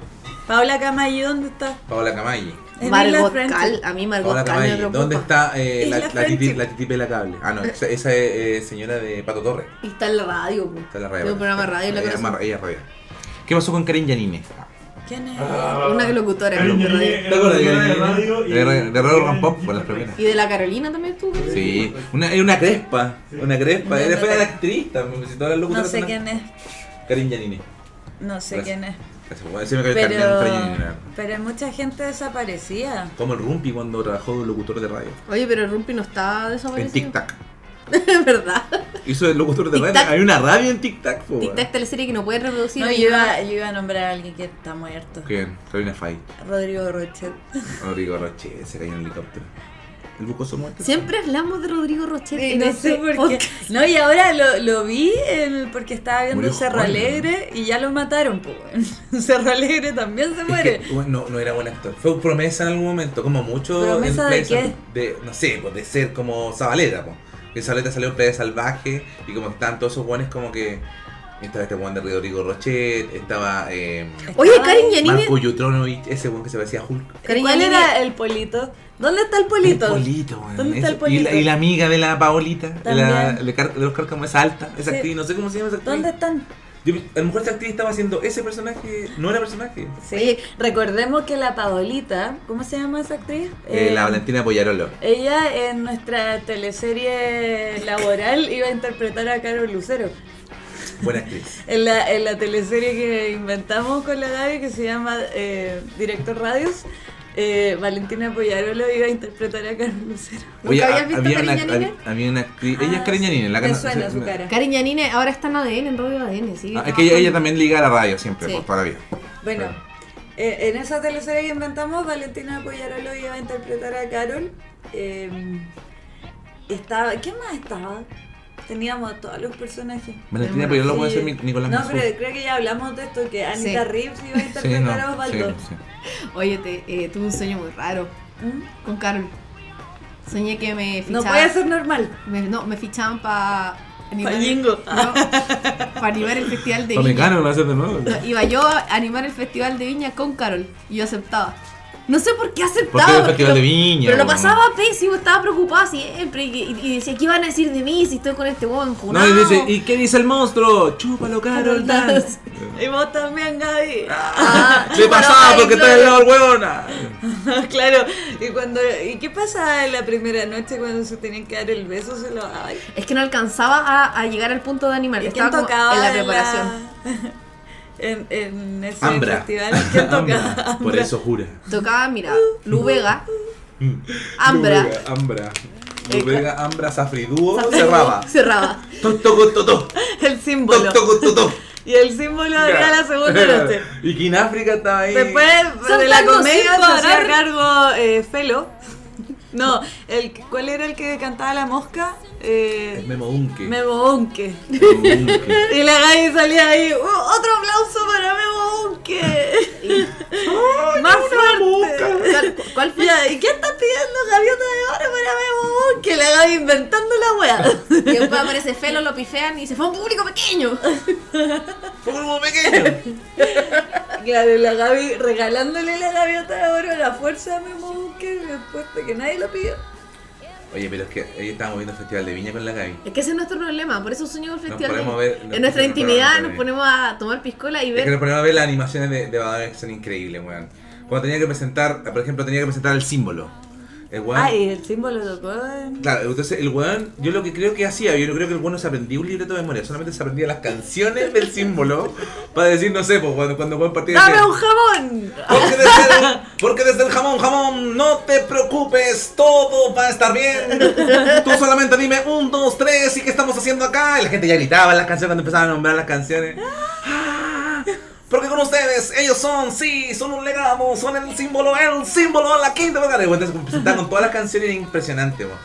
Paola Camayo, ¿dónde está?
Paola Camayi.
En Isla
Margot
Friendship.
Cal, a mí Margot
Paola
Cal me
Camayi.
preocupa.
¿Dónde está eh, la,
Isla
la, titi,
Friendship.
la titi Pela Cable? Ah, no, esa, esa es eh, señora de Pato Torres.
Y está en la radio, po.
Está en la radio.
Tiene un programa de radio, la
Ella,
conocen.
ma- ella es radio. ¿Qué pasó con Karen Yanine?
¿Quién es?
Una locutora.
Karen
en la
Yanine
radio.
era locutora
acuerdas de
de
Karen Yanine?
radio y-
De ra- de Radio Rampop,
y-
por las primeras.
Y de la Carolina también estuvo.
Sí, una, era una crespa, una crespa.
No,
Era
no
fue
te-
la actriz también, pues, si todas las
No
locutoras
sé
son-
quién es.
Karen Yanine.
No sé
Gracias.
quién es.
Gracias, weón, se me cayó el carnet, Karen Yanine,
Pero,
la verdad.
pero hay mucha gente desaparecida.
Como el Rumpi cuando trabajó de locutor de radio.
Oye, pero Rumpi no está
En
desaparecido.
Tic Tac.
Es [LAUGHS] verdad.
Hizo el locutor de
Tic
radio.
Tac.
Hay una radio en Tic Tac, po, weón.
Tic Tac teleserie que no puede reproducir.
No, yo iba, yo iba a nombrar a alguien que está muerto.
¿Quién? Carolina Fay.
Rodrigo Rocher.
Rodrigo Roche, se cayó en el helicóptero. El bucoso muerto.
Siempre hablamos de Rodrigo Rochet
Y
en
no
este
sé por qué.
podcast.
No, y ahora lo, lo vi en- porque estaba viendo
Murió
Cerro
joven.
Alegre y ya lo mataron, pues. weón. [LAUGHS] Cerro Alegre también se
Es
muere.
que, weón, no, no era buen actor. Fue promesa en algún momento, como mucho.
¿Promesa
en
de
Playa Sal- de- no sé, pues de ser como Zabaleta, pues. Que Zabaleta salió en Playa Salvaje y como están todos esos guanes como que. Estaba este guan de Rodrigo Rochet, estaba eh,
Oye, Karen Yanine.
Marco Yutronovich, ese guan que se parecía a Hulk.
Cariño,
¿Cuál
niña-
era el polito? ¿Dónde está el polito?
El polito, weón.
¿Dónde está el
Eso. Y la-
polito?
Y, la amiga de la Paolita, de, la,
También.
de Car- de los cárcamos, esa alta, esa
Sí.
actriz, no sé cómo se llama esa actriz.
¿Dónde están?
Yo- a lo mejor esa actriz estaba haciendo ese personaje, no era personaje.
Sí. recordemos que la Paolita, ¿cómo se llama esa actriz?
Eh,
Eh,
la Valentina Poyarolo.
Ella en nuestra teleserie laboral iba a interpretar a Carol Lucero.
Buena actriz.
En la, en la teleserie que inventamos con la Gaby, que se llama eh, Director Radios, eh, Valentina Poyarolo iba a interpretar a Carol Lucero.
¿Nunca habías visto
había, una,
Karen Yanine?
hab- había una actriz. ella es
Ah,
Karen
sí.
Yanine, la
Me
que
suena su cara.
Karen Yanine ahora está en ADN, en Radio ADN, sí.
Ah, es que ella, ella también liga a la radio siempre,
Sí.
pues, toda la vida.
Bueno, eh, en esa teleserie que inventamos, Valentina Poyarolo iba a interpretar a Carol. eh, estaba, ¿Quién más estaba? Teníamos a todos los personajes.
Valentina Poyarolo puede
Sí.
ser mi- Nicolás
No,
Mazú.
pero creo que ya hablamos de esto, que Anita
Sí.
Reeves iba a
Sí,
interpretar a
no, sí,
Osvaldo.
sí.
Oye, te, eh, tuve un sueño muy raro
¿Mm?
con Carol. Soñé que me
No
fichaban.
puede ser normal.
me- no, me fichaban para.
Pa' Jingo.
para animar el festival de
O me
Viña.
gano, lo va a hacer de nuevo.
No, Iba yo a animar el festival de Viña con Carol y yo aceptaba. No sé por qué aceptaba.
Porque era el
porque
festival
lo-
de Viña.
Pero lo
weón.
pasaba pésimo, estaba preocupada siempre y, y- y decía, ¿qué van a decir de mí si estoy con este huevo
No,
enjunado?
y dice, ¿y qué dice el monstruo? Chúpalo, Carol Dance.
Y vos también, Gaby.
[LAUGHS]
Ah,
Se
chúpalo,
pasaba
Karen,
porque
claro.
estás en la huevona.
[LAUGHS] claro. Y cuando y qué pasaba en la primera noche cuando se tenían que dar el beso, se lo daban.
Es que no alcanzaba a, a llegar al punto de animar.
¿Y quién
Estaba como
tocaba
en la
en
preparación.
[LAUGHS] en, en ese
Ambra.
festival, ¿quién tocaba?
Ambra. Por eso jura.
Tocaba, mira, Lu
[LAUGHS]
Vega,
Lu
Ambra,
Vega, Ambra.
Eh,
Lu Vega, Ambra, Safridúo, cerraba.
[LAUGHS] cerraba.
Toc, toc, toc, toc.
El símbolo.
Toc, toc, toc, toc.
Y el símbolo era la segunda
[LAUGHS]
noche.
[LAUGHS] Y que en África estaba ahí.
Después de la
Saltando
comedia
sin
se hacía
parar.
cargo eh, Felo. [LAUGHS] No, el, ¿cuál era el que cantaba la mosca?
El
Eh,
Memo Unke.
Mebo Unke.
Memo
[LAUGHS]
Unke.
Y la Gaby salía ahí, "Uh, otro aplauso para Memo Unke. Más fuerte.
¿Cuál- ¿Cuál fue?
Ya, ¿Y qué estás pidiendo gaviota de oro para Memo Unke? La Gaby inventando la wea. [LAUGHS]
Y después aparece Felo, lo pifean y se fue a un público pequeño.
Fue como pequeño.
Claro, la Gaby regalándole la gaviota de oro a la fuerza a Memo Unke después de que nadie lo pidió.
Oye, pero es que ahí estábamos viendo el Festival de Viña con la Gaby.
Es que ese es nuestro problema, por eso sueño con el festival.
ponemos
de-
a ver- nos
en nuestra
ponemos a
intimidad
ver-
nos ponemos a tomar piscola y
Es que
ver.
nos ponemos a ver las animaciones de, de Badabé que son increíbles, weón. Cuando tenía que presentar, por ejemplo, tenía que presentar el símbolo. El weón-
Ah, y el símbolo tocó en...
Claro, entonces el weón, yo lo que creo que hacía, yo no creo que el weón no se aprendía un libreto de memoria, solamente se aprendía las canciones del símbolo para decir, no sé, pues cuando, cuando el weón partía
¡Dame
decía,
un jamón!
porque desde, el, porque desde el jamón, jamón, no te preocupes, todo va a estar bien. Tú solamente dime un, dos, tres y qué estamos haciendo acá. Y la gente ya gritaba las canciones cuando empezaban a nombrar las canciones. Ah, Porque con ustedes, ellos son, sí, son un legado, son el símbolo, el símbolo, la quinta vez. Entonces presentaban con todas las canciones era impresionante, weón.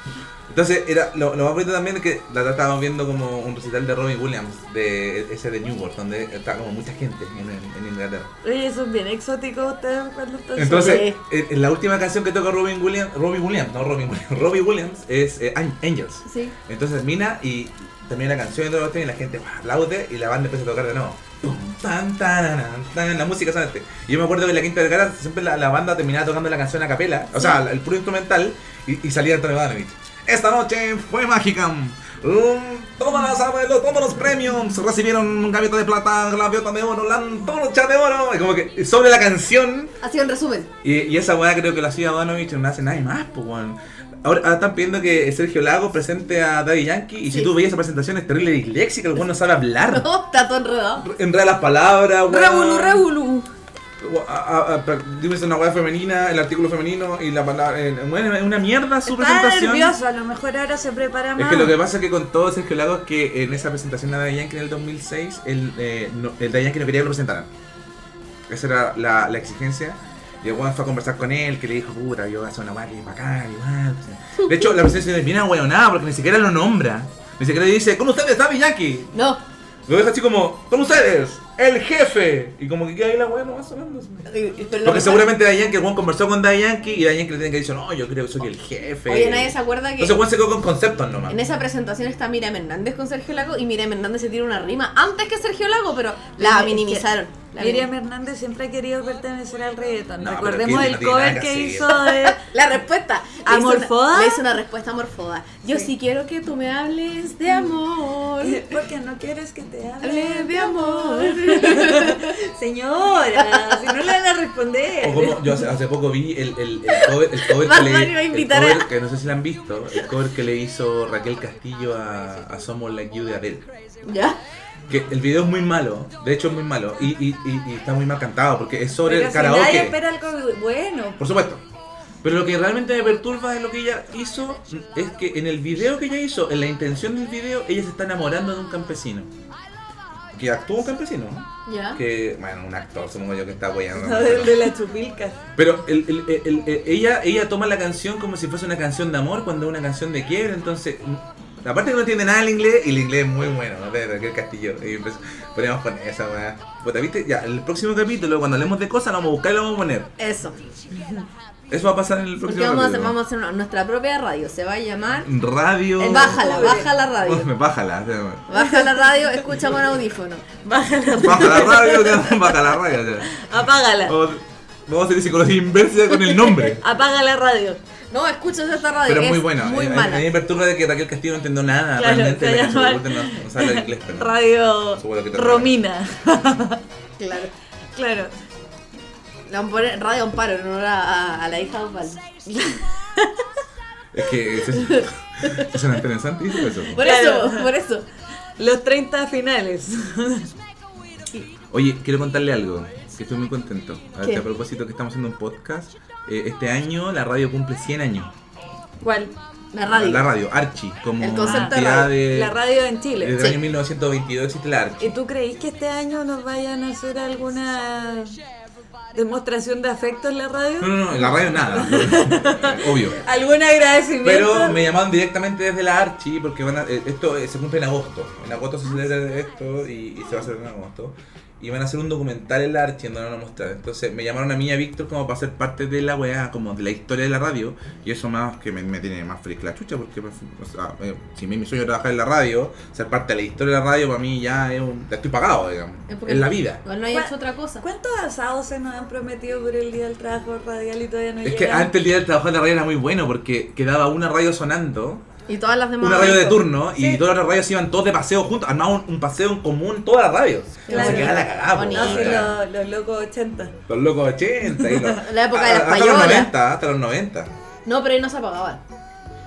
Entonces, era, lo, lo más bonito también es que la otra estábamos viendo como un recital de Robbie Williams, de ese de Newport, donde está como mucha gente en- en Inglaterra.
Oye, son bien exóticos ustedes cuando están
Entonces,
solos.
en, en la última canción que toca Robin Williams, Robin Williams, no Robin Williams, [LAUGHS] Robbie Williams es eh, An- Angels.
Sí.
Entonces Mina y también la canción y todo lo que tiene, y la gente bah, aplaude y la banda empieza a tocar de nuevo. Pum, tan, tararán, tan, la música sonante. Y yo me acuerdo que en la Quinta Vergara siempre la, la banda terminaba tocando la canción a capela, o sea, el puro instrumental, y, y salía Antonio Badanovich. Esta noche fue mágica. Mm, Tómalas, abuelo, todos los premios. Recibieron gaviota de plata, gaviota de oro, la antorcha de oro. Y como que sobre la canción
Así en resumen.
y, y esa weá creo que la hacía Donovich no la hace nadie más, pues weón. Ahora, ahora están pidiendo que Sergio Lago presente a Daddy Yankee y si tú veías esa presentación es terrible disléxica, el weón no sabe hablar.
No, está todo enredado.
Enreda las palabras, weón.
Revolu, revolu.
A- a- a- per- Dime si es una weá femenina, el artículo femenino y la palabra. eh, bueno, es una mierda su
Está
presentación.
nervioso, a lo mejor ahora se prepara
Es
más.
que lo que pasa es que con todo Sergio Lago es que en esa presentación de Daddy Yankee en el 2006, el, eh, no, el Daddy Yankee no quería que lo presentaran. Esa era la, la exigencia. Y el weón fue a conversar con él, que le dijo, puta, yo voy a hacer una weá que es bacán, igual. o sea. De hecho, la presentación es bien ahueonada porque ni siquiera lo nombra. Ni siquiera le dice, con ustedes, Daddy Yankee.
No, eh,
Lo deja así como, con ustedes, el jefe. Y como que queda ahí la weá, no va sonando. así.
eh, pero lo
Porque
que-
seguramente Daddy Yankee, el weón conversó con Daddy Yankee y Daddy Yankee le tiene que decir, no, yo creo que soy el jefe.
Oye, nadie se acuerda que
Entonces, el weón se quedó con conceptos nomás.
en esa presentación está Miriam Hernández con Sergio Lago y Miriam Hernández se tira una rima antes que Sergio Lago, pero la
Es que
minimizaron. La
Miriam
minim-
Hernández siempre ha querido pertenecer al reggaeton.
No, pero
Recordemos
Miriam
el
no tiene
cover
nada que
que
hacer. [LAUGHS]
hizo de...
La respuesta. Le hizo
¿Amorfoda?
una- Le hizo una respuesta amorfoda. Yo sí.
Sí.
quiero que tú me hables de
[LAUGHS]
amor.
Porque no quieres que te hable
Hable de amor.
[LAUGHS] Señora, si no le van a responder.
O como yo hace, hace poco vi el, el, el cover, el cover
Bad
que
Bunny va a
le el
invitar
cover
a-
que no sé si la han visto, el cover que le hizo Raquel Castillo a, a Somos Like You de Adele.
¿Ya?
Que el video es muy malo, de hecho es muy malo, y, y, y, y está muy mal cantado porque es sobre
Pero
el
si nadie
karaoke.
espera algo bueno.
Por supuesto. Pero lo que realmente me perturba de lo que ella hizo es que en el video que ella hizo, en la intención del video, ella se está enamorando de un campesino. Que actuó un campesino, ¿no?
¿Ya?
Que, bueno, un actor, supongo yo que está
[LAUGHS]
apoyando.
pues, No, del de la chupilca.
Pero el- el- el- el- el- ella, ella toma la canción como si fuese una canción de amor cuando es una canción de quiebra, entonces... mm, Aparte que no entiende nada el inglés, y el inglés es muy bueno, ¿no? De Raquel Castillo. Y empezó- poníamos con esa, weá. Puta, ¿viste? Ya, el próximo capítulo, cuando hablemos de cosas, lo vamos a buscar y lo vamos a poner.
Eso.
Eso va a pasar en el
Porque
próximo
vamos a, hacer,
capítulo.
vamos a hacer una- nuestra propia radio. Se va a llamar.
Radio...
Bájala,
Pobre.
baja la radio.
Uf, Bájala. o sea,
Baja la radio, escucha con audífono.
Bájala,
Baja la radio, [LAUGHS] o sea, baja la radio. o sea.
apágala.
Vamos vamos a hacer psicología inversa con el nombre.
Apaga la radio.
No, escuchas esta radio.
Pero
es
muy buena. eh,
Muy
a, mí-
mala.
a mí me perturba de que Raquel Castillo no entendió nada.
Claro,
realmente
se
la que
llama-
se oculta no, no sabe inglés. Pero
Radio
Seguro que te
Romina.
Claro.
Claro.
Le van a poner radio Amparo en honor a, a- a la hija de Osvaldo.
Es que es, es una interesante hizo eso.
Por
Claro.
eso, por eso.
Los 30 finales.
Oye, quiero contarle algo. Que estoy muy contento. A,
¿Qué?
a propósito que estamos haciendo un podcast. eh, este año la radio cumple 100 años.
¿Cuál?
La radio.
La radio, Archie, como
El concepto de
entidad
radio.
de-
La radio en
Desde
Chile.
el
Sí.
año 1922 existe la Archie.
¿Y tú creís que este año nos vayan a hacer alguna demostración de afecto en la radio?
No, no, no, en la radio
[LAUGHS]
nada. Obvio.
¿Algún agradecimiento?
Pero me llamaron directamente desde la Archi porque van a- eh, esto eh, se cumple en agosto. En agosto se celebra esto y, y se va a hacer en agosto. Y van a hacer un documental en la Archi en donde lo van a mostrar. Entonces me llamaron a mí y a Víctor como para ser parte de la weá, como de la historia de la radio. Y eso más que me, me tiene más feliz que la chucha porque pues, o sea, eh, si mi, mi sueño es trabajar en la radio, ser parte de la historia de la radio para mí ya es un, ya estoy pagado, digamos.
Es porque-
En la vida.
Igual no hay hecho otra cosa.
¿Cuántos asados se nos han prometido por el día del trabajo radial y todavía no
Es que
llegan?
antes el día del trabajo en la radio era muy bueno porque quedaba una radio sonando
Y todas las demás.
una radio de
radios.
turno y todas las radios iban todos de paseo juntos, armaban un, un paseo en común todas las radios.
Claro.
Se quedaba la cagada, po,
Bonito.
No, si
weón.
los, los locos 80.
Los locos 80 y los-
La época de las
hasta los
payolas.
90, hasta los 90.
No, pero ahí no se apagaban.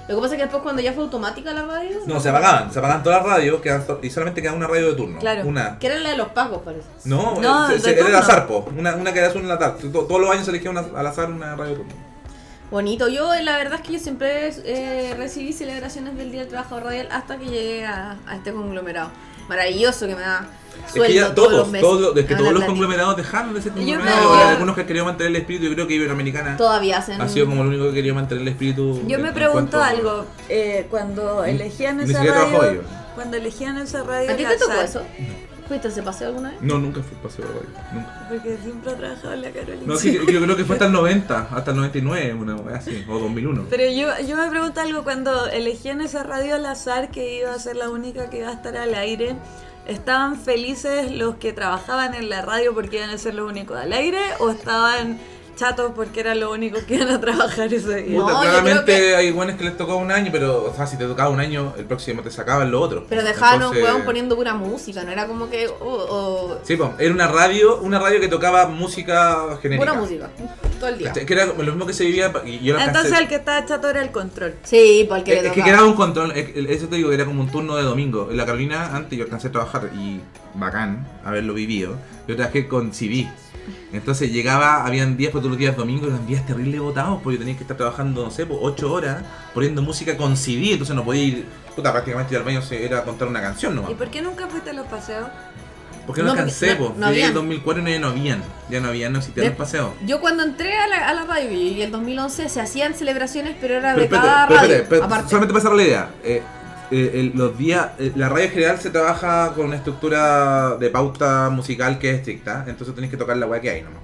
Lo que pasa es que después cuando ya fue automática la radio...
No, se apagaban, se apagaban todas las radios quedaban to- y solamente quedaba una radio de turno.
Claro.
Una.
Que era la de los pagos, parece.
No, eh,
No,
se-
de
se- era el
turno.
azar, po. Una, una que era azul en la tarde. To- Todos los años se elegía una- al azar una radio de turno.
Bonito. Yo, eh, la verdad es que yo siempre eh, recibí celebraciones del Día del Trabajador Radial hasta que llegué a, a este conglomerado. Maravilloso que me da sueldo
es que ya
todos,
todos,
los meses.
todos los- es que
Me dan
todos
la
los
platita.
conglomerados dejaron de ser
Yo me-
conglomerados.
yo-
hay algunos que han querido mantener el espíritu, yo creo que Iberoamericana
Todavía hacen...
ha sido como el único que quería mantener el espíritu.
Yo
en-
me
en
pregunto
cuanto-
algo. eh, cuando
Ni-
elegían
ni
esa
siquiera trabajo
radio.
ellos.
Cuando elegían esa radio.
¿A ti
al
te tocó
azar,
eso? ¿Fuiste a ese paseo alguna vez?
No, nunca fui paseo de radio. Nunca.
Porque siempre ha trabajado en la Carolina.
No, sí, yo creo que fue hasta el 90, hasta el 99, una wea así, o 2001.
Pero yo, yo me pregunto algo, cuando elegían esa radio al azar que iba a ser la única que iba a estar al aire, ¿estaban felices los que trabajaban en la radio porque iban a ser los únicos al aire o estaban chatos porque eran los únicos que iban a trabajar ese día?
No,
Puta,
yo
claramente
creo
hay buenos que les tocó un año, pero o sea, si te tocaba un año, el próximo te sacaban lo otro.
Pero dejaban a un
Entonces-
huevón poniendo pura música, no era como que... oh, oh,
Sí, po, era una radio, una radio que tocaba música genérica. Este-
pura música, [LAUGHS] todo el día.
¿Cachai? Que era como lo mismo que se vivía y yo lo alcancé-
Entonces el que estaba chato era el control.
Sí, porque
Eh, Es,
le
es que
tocaba.
quedaba un control, es- eso te digo que era como un turno de domingo. En la Carolina antes yo alcancé a trabajar y bacán haberlo vivido. Yo trabajé con CD. Entonces llegaba, habían días, por todos los días domingos, eran días terribles votados, porque yo tenía que estar trabajando, no sé, 8 horas poniendo música con CD, entonces no podía ir, puta, prácticamente ir al baño se- era contar una canción nomás.
¿Y por qué nunca fuiste a los paseos?
Porque no,
No, porque
alcancé,
no-
po. Yo
no
llegué
habían.
en 2004 y no habían, ya no habían, no existían
De-
los paseos.
Yo cuando entré a la, a la radio y el 2011 se hacían celebraciones, pero era de
Pero
cada
espérate, pero
radio.
espérate, pero
aparte.
solamente para cerrar la idea. eh, eh, el- los días, eh, la radio en general se trabaja con una estructura de pauta musical que es estricta, entonces tenés que tocar la weá que hay nomás.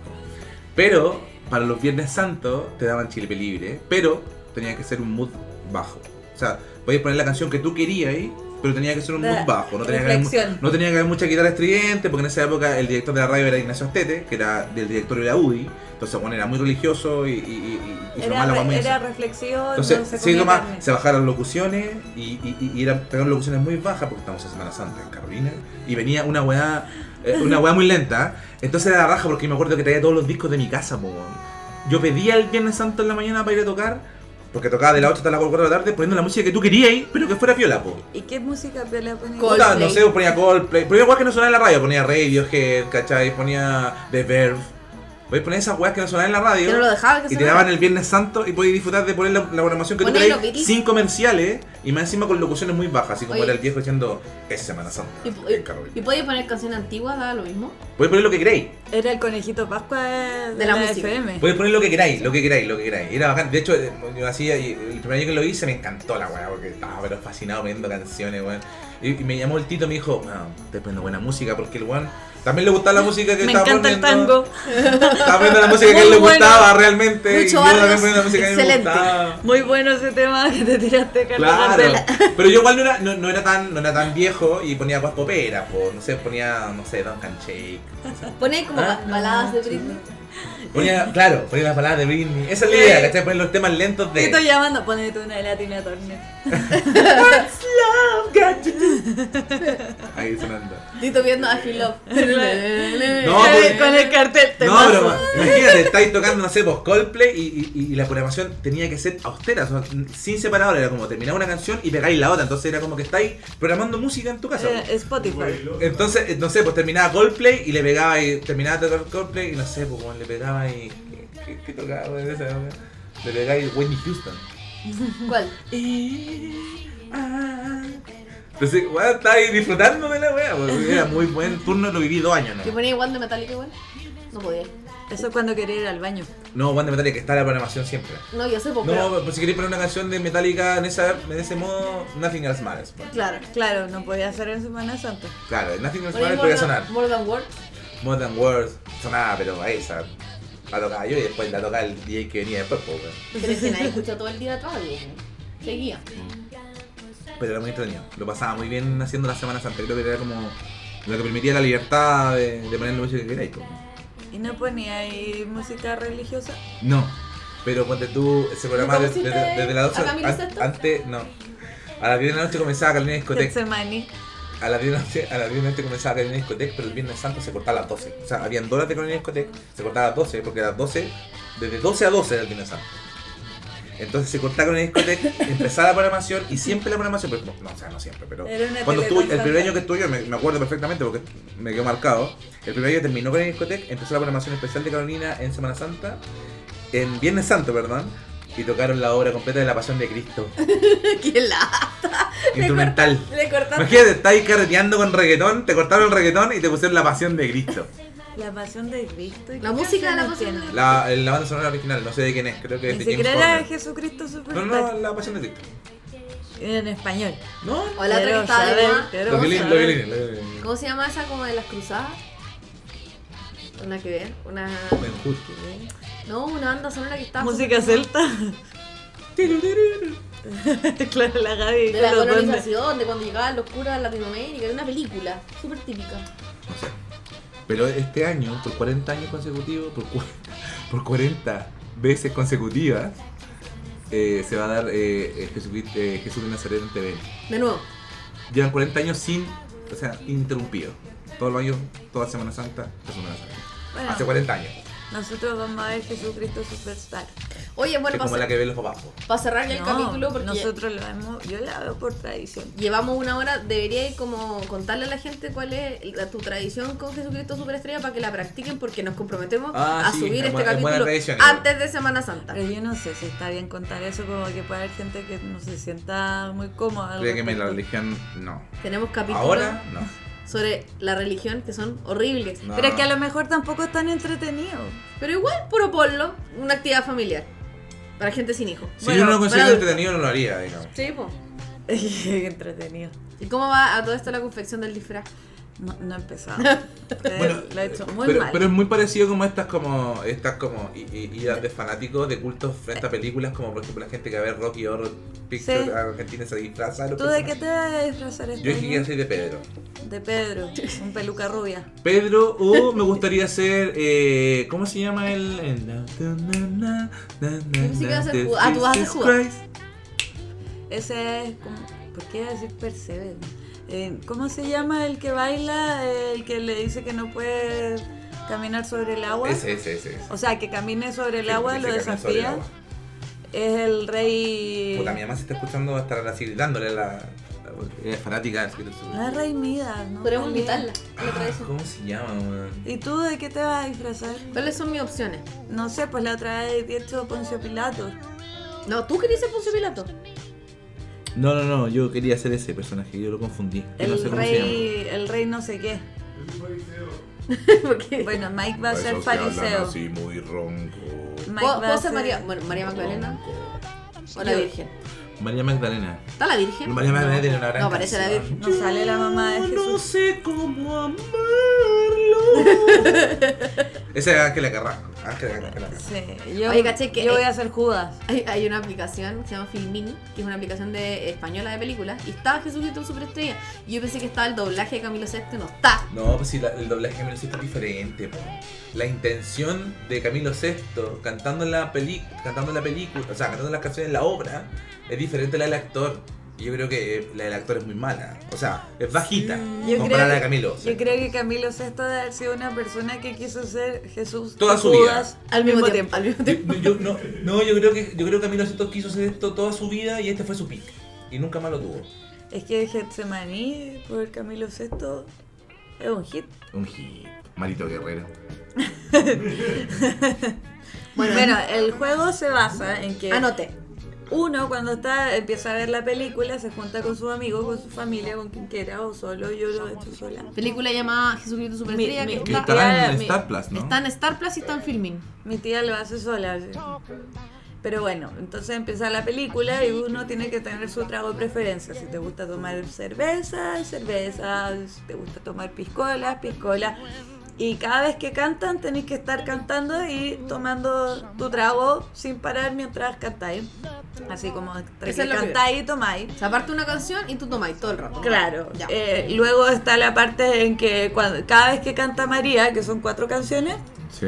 Pero para los Viernes Santos te daban chilipe libre, pero tenía que ser un mood bajo. O sea, podías poner la canción que tú querías ahí, pero tenía que ser un
La
mood bajo. No tenía, que haber, mu-
reflexión.
no tenía que haber mucha guitarra estridente, porque en esa época el director de la radio era Ignacio Astete, que era del directorio de la UDI. Entonces, bueno, era muy religioso y, y, y- y- y su
Era,
mamá la
re-
guamea.
era reflexión, no se
Entonces, sí,
comía
nomás,
carne.
se bajaron locuciones y, y, y- y eran pegaron locuciones muy bajas porque estamos en Semana Santa en Carolina y venía una weá, eh, una weá muy lenta. Entonces era la raja porque me acuerdo que traía todos los discos de mi casa, po, weón. Yo pedía el Viernes Santo en la mañana para ir a tocar, porque tocaba de las 8 hasta las 4 de la tarde poniendo la música que tú querías, pero que fuera piola, po.
¿Y qué música piola ponías?
Col-
Puta, no
Coldplay.
sé, ponía Coldplay. Ponía weas que no sonaban en la radio, ponía Radiohead, ¿cachai? Ponía The Verve. Voy a poner esas weas que no sonaban en la radio.
Que no lo dejaba que
Y te
sonara.
daban el Viernes Santo y podías disfrutar de poner la, la programación que tú
Poner
querías
los Beatles.
sin comerciales y más encima con locuciones muy bajas, así como
Oye.
era el viejo diciendo es Semana Santa.
Y,
en Carolina".
y, y podías poner canción antigua, da lo mismo.
Podéis poner lo que queráis,
Era el conejito Pascua de,
De la
la,
música.
FM.
podéis poner lo que queráis, lo que queráis, lo que queráis. Era bacán. De hecho, eh, yo hacía, y el primer año que lo hice me encantó la weá, porque estaba pero fascinado poniendo canciones, weón. Y, y me llamó el Tito y me dijo, "Weón, te prendo buena música, porque el weón también le gustaba la música que
Me
estaba
encanta el
poniendo.
tango.
Estaba poniendo la música que a él
Muy
le
bueno.
gustaba realmente.
Mucho
y yo también
Vargas,
ponía la música que a mí me
excelente.
gustaba.
Muy bueno ese tema que te tiraste, Carlos
Claro,
Gardel.
pero yo igual no era, no, no era tan, no era tan viejo y ponía guas poperas, po, no sé, ponía, no sé, Duncan Shake.
Pone como
Ah,
ba- baladas de Britney.
Ponía, claro, ponía las palabras de Britney. Esa es la idea, ¿cachai? Poner los temas lentos de.
Tito llamando, ponete una de Latina Turner.
Ahí sonando.
Tito viendo a Feel
[LAUGHS]
Love. [LAUGHS]
No, pues. porque-
con el cartel te
No, pero imagínate, estáis tocando, no sé, pues Coldplay y, y- y la programación tenía que ser austera, o sea, sin separador, era como terminar una canción y pegáis la otra, entonces era como que estáis programando música en tu casa.
Eh,
po.
Spotify.
Entonces, eh, no sé, pues terminaba Coldplay y le pegaba y terminaba de tocar Coldplay y no sé, pues bueno, le pegaba y. ¿Qué, qué- qué tocaba güey, de esa, güey? Le pegaba y Whitney Houston.
¿Cuál?
Entonces, weón, estaba ahí disfrutando de la wea, pues, era muy buen turno, lo viví dos años,
¿Que
¿no?
ponía igual de Metallica igual? No podía.
Eso es cuando quería ir al baño.
No, Juan de Metallica, está la programación siempre.
No, yo sé, pues,
No,
pero-
pues si queréis poner una canción de Metallica en, esa, en ese modo, Nothing Else Matters. pues.
Claro.
Claro, no podía hacer en Semana Santa.
Claro, Nothing Else Matters
Ponía more,
podía sonar.
than, more Than Words.
More Than Words sonaba, pero a esa la tocaba yo y después la tocaba el DJ que venía después, pues, weón.
Pero es que
[LAUGHS]
nadie escucha todo el día atrás, digo.
[LAUGHS]
Seguía.
Pero era muy extraño. Lo pasaba muy bien haciendo las semanas antes. Creo que era como lo que permitía la libertad de, de poner la música que queráis. pues.
Y no ponía ahí música religiosa.
No. Pero ponte tú ese programa de-
conociste
desde desde las 12.
a Camilo
an-
Sesto?
antes, no. A las 10 de la noche comenzaba Carolina Discoteca.
Getsemani.
A las 10 de la noche, a las 10 de la noche comenzaba Carolina Discoteca, pero el Viernes Santo se cortaba a las 12. O sea, habían dos horas de Carolina Discoteca, se cortaba a las 12, porque a las 12, desde 12 a 12 era el Viernes Santo. Entonces se cortaba con el discoteca,
[LAUGHS]
empezaba la programación y siempre la programación, pero, no, o sea, no siempre, pero
Era una
cuando estuve, el primer
teleconsulta.
año que estuve, yo me, me acuerdo perfectamente porque me quedó marcado, el primer año que terminó con el discoteca, empezó la programación especial de Carolina en Semana Santa, en Viernes Santo, perdón, y tocaron la obra completa de La Pasión de
[LAUGHS]
Cristo,
¡Qué lata!
instrumental.
Le cortaste
Imagínate, estás ahí carreteando con reggaetón, te cortaron el reggaetón y te pusieron La Pasión de Cristo.
la pasión de Cristo. ¿y
La
qué
música de la
canciones
pasión de
tiene?
La, la banda sonora original, no sé de quién es, creo que es
Ni
de
siquiera
James
era
Horner.
Jesucristo
No,
Superstar.
no, La Pasión de Cristo.
En español.
No,
O la otra que estaba de moda.
los violines, los violines, los violines.
¿Cómo se llama esa como de las cruzadas? Una que ver, una.
Ven, eh, justo.
No, una banda sonora que estaba.
Música celta. [LAUGHS] claro, la Gaby.
De
con
la
los duendes.
colonización, de cuando llegaban los curas a Latinoamérica, era una película súper típica.
No sé. Pero este año, por 40 años consecutivos, por, cua- [LAUGHS] por 40 veces consecutivas, eh, se va a dar eh, eh, Jesucristo- eh, Jesús de Nazaret en TV.
De nuevo,
Llevan 40 años sin, o sea, interrumpido. Todos los años, toda Semana Santa, toda Semana Santa.
Bueno.
Hace 40 años.
Nosotros vamos a ver Jesucristo Superstar.
oye,
que
bueno,
es como
para
la que ven los papás. po.
cerrar ya el
No,
capítulo, porque
nosotros lo vemos, yo la veo por tradición.
llevamos una hora, debería ir como contarle a la gente cuál es la- tu tradición con Jesucristo Superestrella para que la practiquen, porque nos comprometemos
Ah,
a
sí,
subir
es
este
buena- es buena
capítulo
tradición, igual.
antes de Semana Santa.
Pero yo no sé si está bien contar eso, como que puede haber gente que no se sienta muy cómoda. al
Creo que la
respecto.
religión, no.
Tenemos capítulos
Ahora, no.
sobre la religión que son horribles.
No.
Pero es que a lo mejor tampoco es tan entretenido. [LAUGHS]
Pero igual, puro ponlo, una actividad familiar. Para gente sin hijos.
Si
Bueno, eh,
uno lo considera
para adultos.
entretenido, no lo haría, digamos.
Sí, po.
entretenido.
¿Y cómo va a todo esto la confección del disfraz?
No, no he
[LAUGHS]
empezado. Eh, lo he hecho muy
pero,
mal.
pero es muy parecido como estas como estas como i- i- ideas de fanáticos de cultos frente a películas como por ejemplo la gente que va a ver Rocky Horror Picture
Sí.
Argentina se disfraza los
¿Tú de qué
personajes.
te vas a disfrazar este
yo dije que
año?
iba a ser de Pedro
De Pedro, un peluca rubia.
Pedro o me gustaría ser eh, ¿cómo se llama el? Yo
pensé que iba a ser Judas. Ah, tú vas a ser Judas.
Ese es como. ¿Por qué iba a decir Perseve? Eh, ¿Cómo se llama el que baila? El que le dice que no puede caminar sobre el agua.
Ese, ese, ese, ese.
O sea, que camine sobre el
Sí,
agua,
porque
lo
se camina sobre el
desafía.
agua.
Es el rey.
Puta, mi mamá se está escuchando va a estar así gritándole a la, la- es fanática así que-
No es rey Midas, ¿no?
Podríamos
También.
invitarla a la
Ah,
tradición.
¿Cómo se llama? weón?
¿Y tú de qué te vas a disfrazar?
¿Cuáles son mis opciones?
No sé, pues la otra vez he hecho Poncio Pilato.
No, ¿tú querías ser Poncio Pilato?
No, no, no, yo quería ser ese personaje, yo lo confundí. que
El
no sé cómo se
rey. El rey no sé qué.
Porque
Bueno, Mike va a
Por
ser
eso se hablan
fariseo.
así muy ronco.
Mike
¿Puedo,
va
puedo
a
ser
ser
María, bueno, María Magdalena o la
Yo-
Virgen?
llama. María Magdalena.
¿Está la Virgen?
María Magdalena tiene una gran
No, parece la
canción.
Virgen.
No sale la mamá de Jesús.
sé cómo [LAUGHS] amarlo. Esa es Ángela Carrasco. Ángela Carrasco.
Sí, yo,
Oye, caché que- eh,
yo voy a ser Judas.
Hay, hay una aplicación que se llama Filmini, que es una aplicación de española de películas, y estaba Jesucristo Superestrella. Y yo pensé que estaba el doblaje de Camilo VI, no está.
No, pues si la- el doblaje de Camilo VI es diferente. po. La intención de Camilo VI cantando en la peli, cantando en la película, o sea, cantando las canciones en la obra, es diferente a la del actor. Y yo creo que eh, la del actor es muy mala. O sea, es bajita
Yo
comparada a la
creo-
de Camilo.
Yo creo que Camilo VI debe haber sido una persona que quiso ser Jesús
Toda
y
su
Judas
Al mismo, tiempo, al [LAUGHS] mismo
Yo-
tiempo.
yo- no, no, yo creo que yo creo que Camilo Sesto quiso hacer esto toda su vida y este fue su pick. Y nunca más lo tuvo.
Es que Getsemaní por Camilo VI es un hit.
Un hit. Marito Guerrero.
Bueno, el juego se basa en que
Anote.
uno cuando está empieza a ver la película se junta con sus amigos, con su familia, con quien quiera o solo. Yo lo he hecho sola.
Película llamada Jesucristo Superestrella,
Mi-
que
mi-
está,
está- estará en Star
Plus,
está en Star Plus y está en Filmin.
Mi tía lo hace sola. sí. Pero bueno, entonces empieza la película y uno tiene que tener su trago de preferencia. Si te gusta tomar cerveza, cerveza. Si te gusta tomar piscola, piscola. Y cada vez que cantan tenés que estar cantando y tomando tu trago sin parar mientras cantáis. Así como entre
Eso
que
es lo que-
cantáis y tomáis.
O sea, aparte una canción y tú tomáis todo el rato.
Claro.
Ya.
Eh, luego está la parte en que cuando- cada vez que canta María, que son cuatro canciones,
Sí.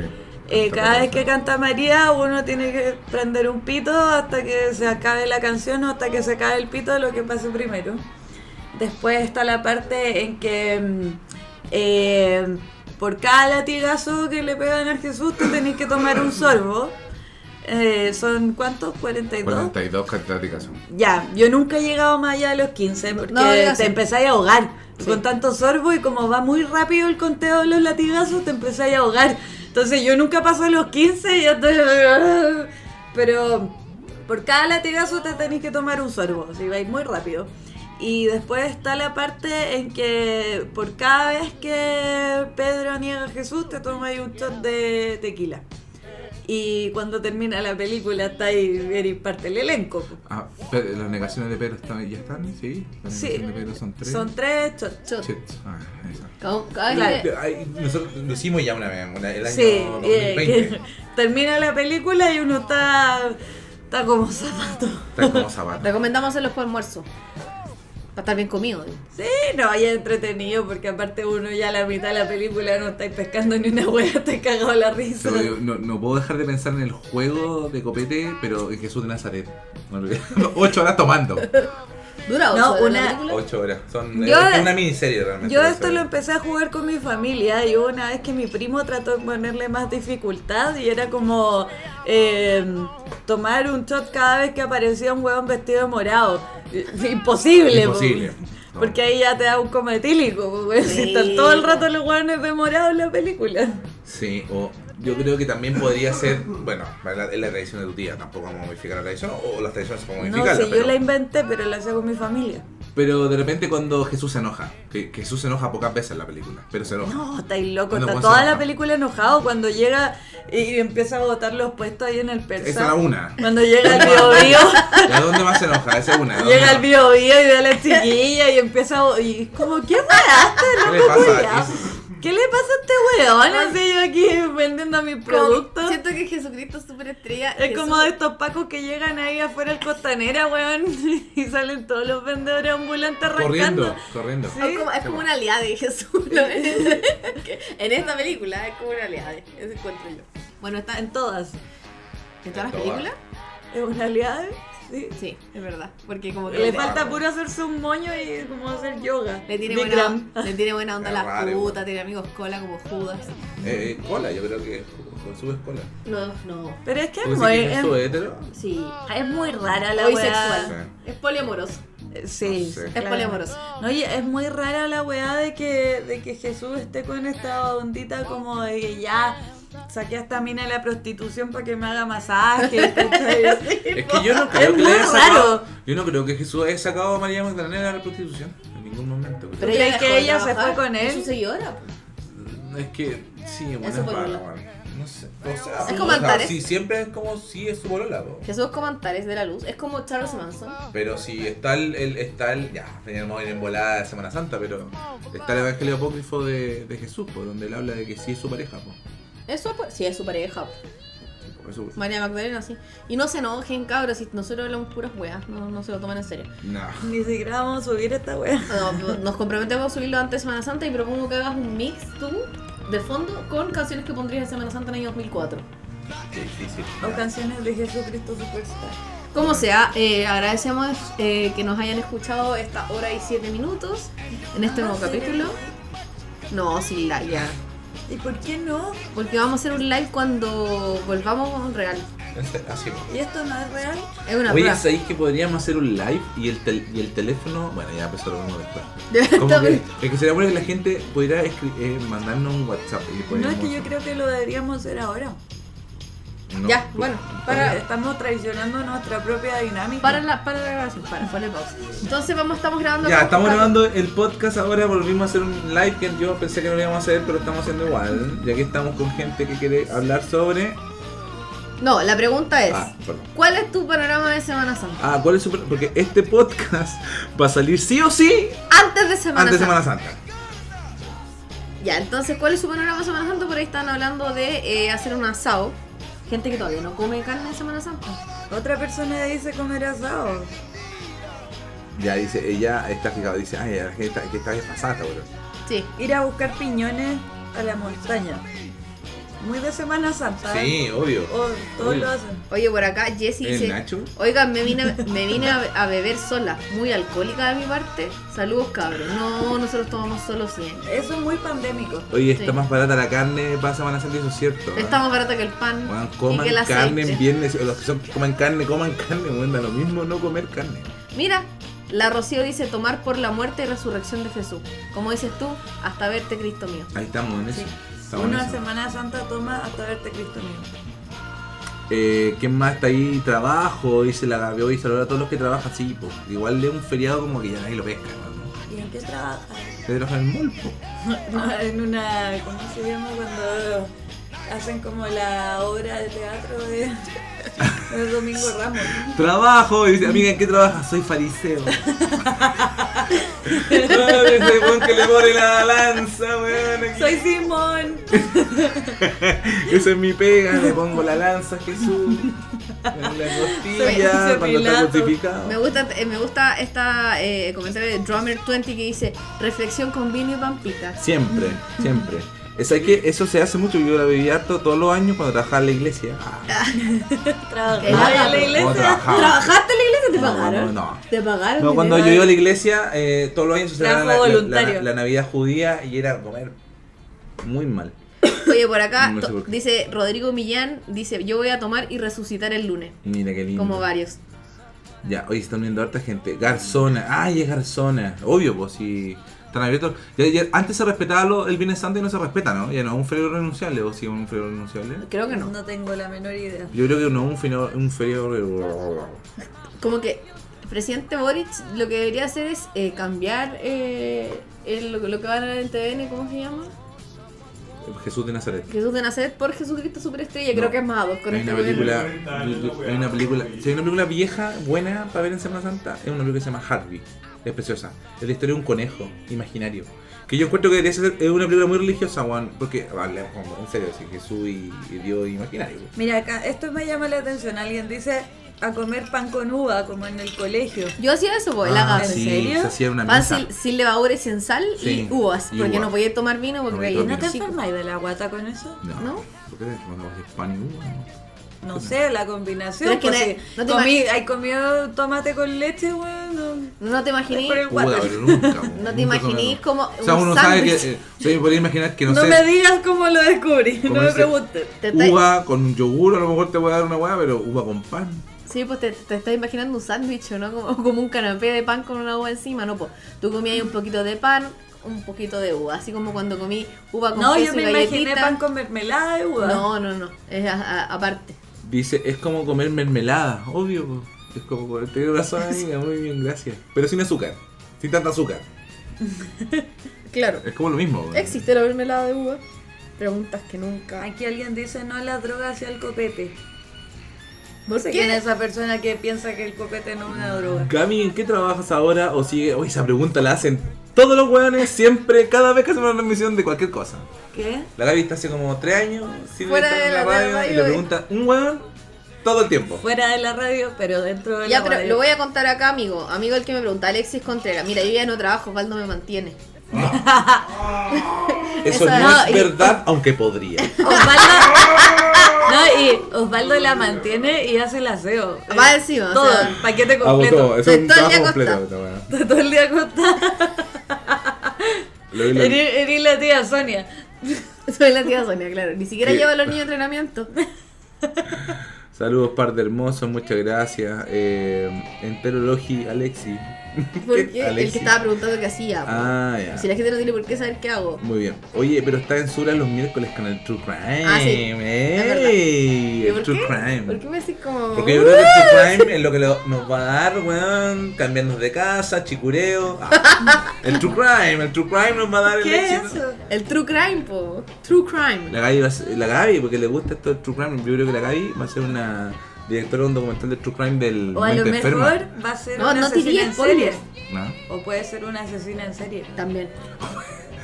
eh, cada vez que canta María, uno tiene que prender un pito hasta que se acabe la canción o hasta que se acabe el pito de lo que pase primero. Después está la parte en que mm, eh, por cada latigazo que le pegan a Jesús, tú tenés que tomar un sorbo. Eh, ¿Son cuántos? ¿42?
42 catedráticas son.
Ya, yo nunca he llegado más allá de los 15 porque
No, yo
te
sí.
empezáis a ahogar
Sí.
con tanto sorbo y como va muy rápido el conteo de los latigazos, te empezáis a ahogar. Entonces yo nunca paso de los 15 y ya estoy... Pero por cada latigazo te tenéis que tomar un sorbo, si vais muy rápido. Y después está la parte en que por cada vez que Pedro niega a Jesús te tomáis un shot de tequila. Y cuando termina la película está ahí, eres parte del elenco. po.
Ah, pero las negaciones de Pedro están, ya están, ¿sí? Las
Sí.
negaciones de Pedro son tres.
Son tres cho- cho-
Shit. Ah, esa.
Como- ay,
Claro.
que-
Ay, Nosotros lo hicimos ya una vez, una- el año
Sí, eh,
2020.
que termina la película y uno está, está como zapato.
Está como
[LAUGHS]
zapato.
Recomendamos hacerlos por almuerzo. Para estar bien comido. digo.
Sí, no, ya es entretenido porque aparte uno ya a la mitad de la película no estáis pescando ni una hueá, te cagado la risa.
Pero yo no, no puedo dejar de pensar en el juego de copete, pero en Jesús de Nazaret. No [LAUGHS] olvidé. Ocho horas tomando.
Dura ocho
No,
horas la
una-
película.
Ocho horas. Son, eh,
Yo-
es una miniserie realmente.
Yo
por
esto
eso.
lo empecé a jugar con mi familia y hubo una vez que mi primo trató de ponerle más dificultad y era como eh, tomar un shot cada vez que aparecía un huevón vestido de morado. Eh, Imposible.
Imposible.
po. Porque ahí ya te da un cometílico. po, weón.
Sí.
Están todo el rato los huevones de morado en la película.
Sí, o yo creo que también podría ser, bueno, es la, es la tradición de tu tía, tampoco vamos a modificar la tradición, o las tradiciones se pueden
No
modificar.
sé,
pero...
yo la inventé, pero la hice con mi familia.
Pero de repente cuando Jesús se enoja, que que Jesús se enoja pocas veces en la película, pero se enoja.
No, estáis loco.
Cuando
Está
Juan
toda
se
la
baja.
película enojado cuando llega y empieza a botar los puestos ahí en el persa.
Esa es la una.
[LAUGHS]
Cuando llega el bio
¿Y ¿A dónde más se enoja? Esa es una. ¿a dónde
Llega el
más?
bio bio y ve a la chiquilla y empieza a... Y es como, ¿qué paraste,
¿Qué
loco,
le pasa?
culiao? ¿Qué le pasa a este weón? Así yo aquí vendiendo mis productos.
Siento que Jesucristo es súper estrella.
Es como de estos pacos que llegan ahí afuera al costanera, weón, [LAUGHS] y salen todos los vendedores ambulantes arrancando.
Corriendo, corriendo.
Sí.
Es como, es como una aliada de Jesús. ¿no? [LAUGHS] Que en esta película es como una aliada. Eso encuentro yo. Bueno, está en,
En todas.
en todas las
En todas.
películas.
Es una aliada, sí.
Sí, es verdad. Porque como que
Le
le,
falta puro hacerse un moño y como hacer yoga.
le tiene,
Bikram.
buena, le tiene buena onda a
Es
la
raro,
puta,
igual.
tiene amigos cola como Judas.
Eh, eh, cola, yo creo que Jesús es cola.
No, no.
Pero es que es
¿Tú
muy,
decís que
es,
Jesús es hetero?
Sí.
es muy rara la
O
weá.
bisexual. Es poliamoroso.
Sí,
No sé. Es
claro.
poliamoroso.
No, y es muy rara la weá de que, de que Jesús esté con esta ondita como de que ya saqué a esta mina de la prostitución para que me haga masaje.
[LAUGHS]
¿cachai?
Es que yo no
Es
creo que
muy
le haya sacado,
raro.
Yo no creo que Jesús haya sacado a María Magdalena de la prostitución en ningún momento. creo.
Pero ¿Crees
dejó
que
de
ella se
trabajar?
fue con él?
Es su seguidora. pues.
Es que sí, bueno,
Es su
es raro,
polola.
bueno. No sé. O sea,
Es como
o sea,
Antares.
sí, siempre es como si es su polola, po.
Jesús como Antares de la Luz. Es como Charles Manson.
Pero si está el, el- está el ya, teníamos que ir en volada de Semana Santa, pero está el Evangelio Apócrifo de, de Jesús, po, donde él habla de que sí es su pareja, po.
Eso pues, sí es su pareja. pues.
Por eso-
María Magdalena, sí. Y no se enojen, cabros. Si nosotros hablamos puras weas, no, no se lo toman en serio.
No.
Ni siquiera vamos a subir esta weá.
No, no, nos comprometemos a subirlo antes de Semana Santa y propongo que hagas un mix tú de fondo con canciones que pondrías en Semana Santa en el año 2004.
Qué difícil.
O canciones de Jesucristo Superstar.
Como sea, eh, agradecemos eh, que nos hayan escuchado esta hora y siete minutos en este nuevo capítulo. No, sin live ya.
¿Y por qué no?
Porque vamos a hacer un live cuando volvamos real.
Así.
¿Y esto no es real?
Es una
Oye,
prueba. [LAUGHS]
¿sabéis que podríamos hacer un live y el, tel- y el teléfono? Bueno, ya empezó lo mismo
[LAUGHS]
después. Como que, es que sería bueno que la gente pudiera escri- eh, mandarnos un WhatsApp. Y
No, es
podríamos-
que yo creo que lo deberíamos hacer ahora.
No, pues,
Ya,
por-
bueno,
Porque
para,
Estamos traicionando nuestra propia dinámica.
para, la, para la grabación, para, ponle pausa. Entonces vamos, estamos grabando.
Ya,
acá.
estamos grabando el podcast ahora, volvimos a hacer un live que yo pensé que no lo íbamos a hacer, pero estamos haciendo igual, ya que estamos con gente que quiere hablar sobre...
No, la pregunta es,
Ah, perdón.
¿cuál es tu panorama de Semana Santa?
Ah, ¿cuál es su... Porque este podcast va a salir sí o sí
Antes de Semana
antes de Semana
Santa.
Santa.
Ya, entonces, ¿cuál es su panorama de Semana Santa? Por ahí están hablando de eh, hacer un asado. Gente que todavía no come carne en Semana Santa.
Otra persona dice comer asado.
Ya dice, ella está fijada, dice, ay, la gente está- que está desfasada, boludo.
Sí.
Ir a buscar piñones a la montaña. muy de Semana Santa.
Sí, obvio.
Oh,
O Oh, todos
Obvio.
lo hacen.
Oye, por acá Jessie
¿El
dice,
Nacho?
oigan,
[LAUGHS]
me vine, me vine a, a beber sola, muy alcohólica de mi parte. Saludos, cabros. No, nosotros tomamos solo 100.
Eso es muy pandémico.
Oye, está
Sí.
más barata la carne para Semana Santa, eso es cierto. ¿eh?
Está más barata que el pan
Weón,
y
coman
que el
carne
aceite.
en viernes, los que son, coman carne, coman carne, weón, da lo mismo no comer carne.
Mira, la Rocío dice tomar por la muerte y resurrección de Jesús. Como dices tú, hasta verte, Cristo mío.
Ahí estamos en eso.
Sí.
Estamos en
Una
eso.
Semana Santa toma hasta verte Cristo mío.
Eh, ¿Quién más está ahí? Trabajo, dice la Gabi, y saluda a todos los que trabajan así, po. Igual de un feriado como que ya nadie lo pesca, ¿no?
¿Y en qué trabajas?
Se trabaja en el mall, po.
No, [LAUGHS] en una. ¿Cómo se llama cuando hacen como la obra de teatro de, [LAUGHS] de Domingo Ramos?
Trabajo, y dice, amiga, ¿en qué trabajas? Soy
[LAUGHS]
fariseo. [LAUGHS] Weón, ese weón que le pone la lanza, weón. aquí.
Soy Simón.
Esa es mi pega, le pongo la lanza a
[LAUGHS]
Jesús. En la
Soy
costilla, cuando está
Pilato.
crucificado.
Me gusta, eh, me gusta esta eh, comentario de Drummer20 que dice reflexión con vino y pampitas.
Siempre, siempre. Es que eso se hace mucho, yo lo viví harto todos los años cuando trabajaba en la iglesia. Ah,
Trabajaba
¿Cómo
en Ah, la iglesia.
trabajaba?
¿Trabajaste en la iglesia? ¿Te
No,
pagaron?
no, no.
¿Te pagaron?
No,
¿Te
cuando yo
pagaron?
iba a la iglesia, eh, todos los años se celebraba la,
Trabajo
la-
voluntario.
la- la Navidad judía y era comer muy mal.
Oye, por acá
No sé
to-
por qué.
dice Rodrigo Millán, dice yo voy a tomar y resucitar el lunes.
Mira qué lindo.
Como varios.
Ya, hoy están viendo harta gente. Garzona, ay, es Garzona. Obvio, pues si están abiertos. Ya- ya- antes se respetaba lo- el Viernes Santo y no se respeta, ¿no? Ya no es un feriado renunciable, o si es un feriado renunciable.
Creo que no.
No tengo la menor idea.
Yo creo que no es un feriado, un feriado.
Como que el presidente Boric lo que debería hacer es eh, cambiar eh, el- lo, que- lo que va a dar en TVN, ¿cómo se llama?
Jesús de Nazaret.
Jesús de Nazaret por Jesucristo Superestrella.
No.
Creo que es más ad hoc con
Hay
este
una
gobierno.
película,
gobierno.
hay una película, si hay una película vieja, buena para ver en Semana Santa, es una película que se llama Harvey, es preciosa, es la historia de un conejo imaginario, que yo encuentro que debería ser es una película muy religiosa, Juan, porque, vale, en serio, si Jesús y, y Dios imaginario,
Mira, acá, esto me llama la atención. Alguien dice a comer pan con uva, como en el colegio.
Yo hacía eso, pues,
Ah,
la gaba.
¿en
sí,
serio?
se hacía una
Pan
mesa,
sin, sin levadura y sin sal
Sí,
y uvas,
y
porque
uvas.
no podía tomar vino porque
No podía
ahí
tomar
¿No te
chico.
enfermáis de la guata con eso?
no,
¿no?
¿por qué no vamos a hacer pan y uva? no?
No sé, la combinación.
Pero es que
pues,
no-
sí.
no te
Comí-
imag-
¿Hay comido tomate con leche, weón? No.
No te imaginé,
Es por el
Puta,
guata.
pero
[LAUGHS]
nunca, weón,
no
nunca
te
comemos.
imaginé como
o sea, uno
un
sabe que,
sándwich.
eh, o sea, yo podría imaginar que no,
No
sé,
me digas cómo lo descubrí, no me
Comerse-
preguntes.
Te estáis-
uva con yogur, a lo mejor te voy a dar una hueá, pero uva con pan.
Sí, pues te, te estás imaginando un sándwich, ¿no? Como, [LAUGHS] como un canapé de pan con una uva encima, ¿no? Pues tú comías ahí un poquito de pan, un poquito de uva, así como cuando comí uva con
No,
queso
yo
y
me imaginé
galletita.
pan con mermelada de uva.
No, no, no, es a- a- aparte.
Dice, es como comer mermelada, obvio. po. Es como comer, tenés [LAUGHS] razón, amiga, muy bien, gracias. Pero sin azúcar, sin tanta azúcar.
Claro,
Es como lo mismo. weón.
¿existe la mermelada de uva? Preguntas que nunca.
Aquí alguien dice no a las drogas y al copete.
¿Por
No sé
qué?
quién es esa persona que piensa que el copete no es una droga.
Cami, ¿en qué trabajas ahora? O sigue, oye, esa pregunta la hacen todos los hueones siempre, cada vez que hacen una transmisión de cualquier cosa.
¿Qué?
La Gaby está hace como tres años, sin
Fuera
estar
de
en
la-
la radio,
de la
y
radio,
le
eh.
pregunta un hueón todo el tiempo.
Fuera de la radio, pero dentro de
Ya,
la
pero
radio.
lo voy a contar acá, amigo. Amigo el que me pregunta, Alexis Contreras. Mira, yo ya no trabajo, Valdo me mantiene. [LAUGHS]
Eso
esa-
no es
no, y-
[LAUGHS]
verdad, aunque podría.
Osvaldo, [LAUGHS] no, y Osvaldo la mantiene y hace el aseo.
Va encima, o
Todo,
sea.
paquete
Hago Ah, todo,
completo.
eso es un
Estoy
trabajo
acostada.
completo. esta weá.
[LAUGHS] Todo, el día acostado.
Lo- lo-
Eres eres la tía Sonia.
Soy la tía Sonia, claro. Ni siquiera
Sí.
llevo a los niños a entrenamiento.
Saludos, par de hermosos, muchas gracias. Eh, Enterologi, Alexi.
[LAUGHS] Porque el
Alexi.
que estaba preguntando qué hacía. po.
Ah, ya.
Si la gente no tiene por qué saber qué hago.
Muy bien. Oye, pero está en Sura los miércoles con el True Crime.
Ah, sí. Es verdad.
¡Ey!
¿Y
el True Crime.
¿Por qué me decís como.?
Porque yo creo que
[LAUGHS]
el True Crime es lo que lo- nos va a dar, weón. Cambiarnos de casa, chicureo. Ah, el True Crime, el True Crime nos va a dar el
¿Qué es
éxito.
eso?
El true crime, po. True crime.
La Gaby, va a ser- la Gaby, porque le gusta esto del True Crime. Yo creo que la Gaby va a ser una directora de un documental de True Crime del
O a lo
Mente
mejor
Enferma.
va a ser
No,
una
no te
asesina
diría
en serie.
spoiler.
¿No?
O puede ser una asesina en serie.
También.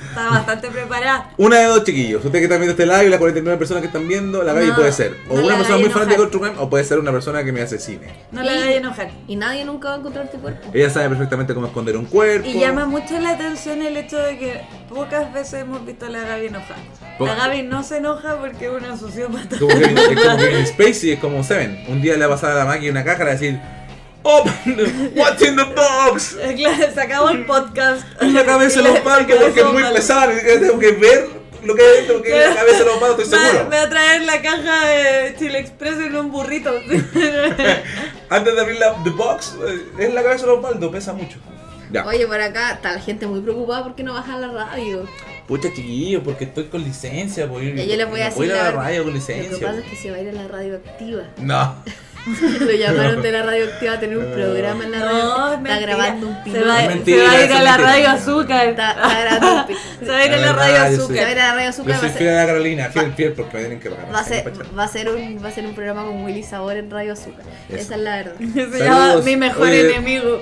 Estaba [LAUGHS] bastante preparada.
Una de dos chiquillos. Usted que está viendo este live, las 49 personas que están viendo, la Gaby
No,
puede ser. O
no
una
la
persona
Gaby
muy fanática de
enojar.
True Crime, o puede ser una persona que me asesine.
No la hagáis enojar.
Y nadie nunca va a encontrar tu cuerpo.
Ella sabe perfectamente cómo esconder un cuerpo.
Y llama mucho la atención el hecho de que pocas veces hemos visto a la Gaby enojada. La
Poca-
Gaby no se enoja porque es una sociópata.
Como que, es como Kevin Spacey, es como Seven. Un día le va a pasar a la máquina una caja y le va a decir: ¡Open! [LAUGHS] ¡What's in the box!
Eh, [LAUGHS] Claro, se acabó el podcast.
Y
[LAUGHS]
la cabeza de los palos porque es muy pesada. y Tengo que ver lo que hay dentro porque la cabeza de los palos,
[LAUGHS]
estoy
Me,
seguro.
me va a traer la caja de Chile Express en un [LAUGHS] burrito.
Antes de abrir la the box, eh, es la cabeza de Osvaldo, pesa mucho. Ya.
Oye, por acá está la gente muy preocupada porque no baja la radio.
Pucha chiquillo, porque estoy con licencia, por ir.
Ya yo les voy
no
a decir.
puedo ir a la
verdad.
radio con
Lo que
licencia.
pasa es que se va a ir a la radio activa. [LAUGHS]
No.
Lo llamaron de la radio activa a tener un
No.
programa en la radio.
No, es
está
mentira.
grabando un
Se
piloto.
va,
Es
se
mentira,
va a ir
eso
a
es
la
mentira.
radio azúcar.
Está, está
[LAUGHS]
grabando un piloto.
Se va a ir a la
La
radio
radio
Se va a
azúcar.
ir a la radio
Yo
azúcar. Va
soy
a
fiel
ser,
a la
[LAUGHS]
Carolina, fiel, fiel, porque me tienen que pagar.
va a
no tengo
ser,
pa' echar.
va a ser un, va a ser un programa con Willy Sabor en radio azúcar.
Eso.
Esa es la
[LAUGHS]
verdad.
Se llama
Saludos.
mi mejor
Oye.
enemigo.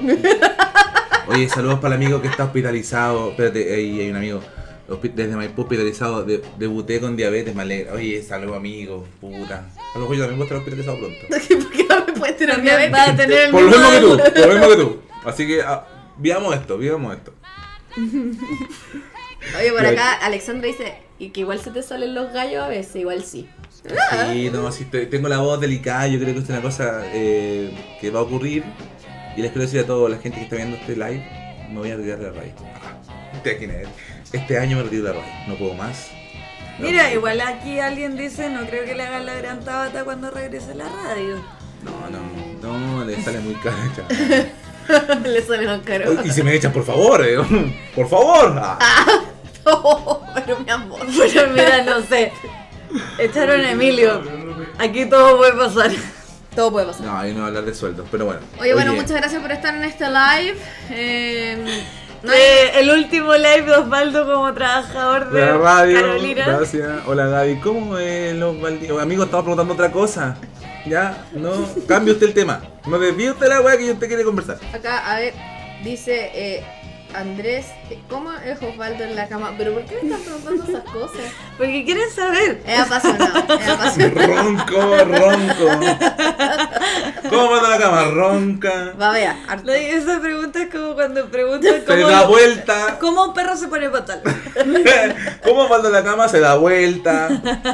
Oye, saludos para el amigo que está hospitalizado. Espérate, ahí hay un amigo. hospi- Desde Maipú hospitalizado, de- debuté con diabetes, me alegra. Oye, saludos amigo, puta. A lo mejor yo también voy a estar hospitalizado pronto.
¿Por qué [LAUGHS] no me puedes tener
También va
diabetes?
a tener el
Por lo
mismo
mismo que tú,
debut.
por lo mismo que tú. Así que ah, veamos esto, veamos esto.
Oye, por
Pero-
acá Alexandra dice, y que igual se te salen los gallos a veces, igual
[LAUGHS]
sí.
Sí, no, sí, te- tengo la voz delicada, yo creo que es una cosa eh, que va a ocurrir. Y les quiero decir a toda la gente que está viendo este live, me voy a retirar de la radio. Ah, te imaginas, Este año me retiro de la radio, no puedo más. No
Mira,
puedo.
igual aquí alguien dice, no creo que le hagan la gran tabata cuando regrese a la radio.
No, no, no, le sale muy cara. chaval.
Le salen los caros. [LAUGHS]
Ay, Y se me echan, por favor, eh, [LAUGHS] por favor. Ah,
Oh, pero mi amor.
Bueno, [LAUGHS] mira, no sé. Echaron a Emilio. Aquí todo puede pasar.
Todo puede pasar.
No, ahí no voy a hablar de sueldos, pero bueno.
Oye, bueno, muchas gracias por estar en este live. Eh, no hay-
Eh, el último live de Osvaldo como trabajador de
La radio,
Carolina.
gracias. Hola Gaby, ¿cómo es los baldios? Amigos, estamos preguntando otra cosa. Ya, no, cambie usted el tema. No desvíe usted la weá que usted quiere conversar.
acá, a ver, dice eh, Andrés, eh, ¿cómo es Osvaldo en la cama? Pero ¿por qué me están preguntando esas cosas?
Porque quieren saber.
Es apasionado,
[LAUGHS]
es apasionado.
Ronco, ronco. ¿Cómo está la cama? Ronca.
Va a ver, harto.
La- Esa pregunta es como cuando preguntan
Se
cómo,
da vuelta.
cómo un perro se pone patal.
[LAUGHS] ¿Cómo falta la cama? Se da vuelta.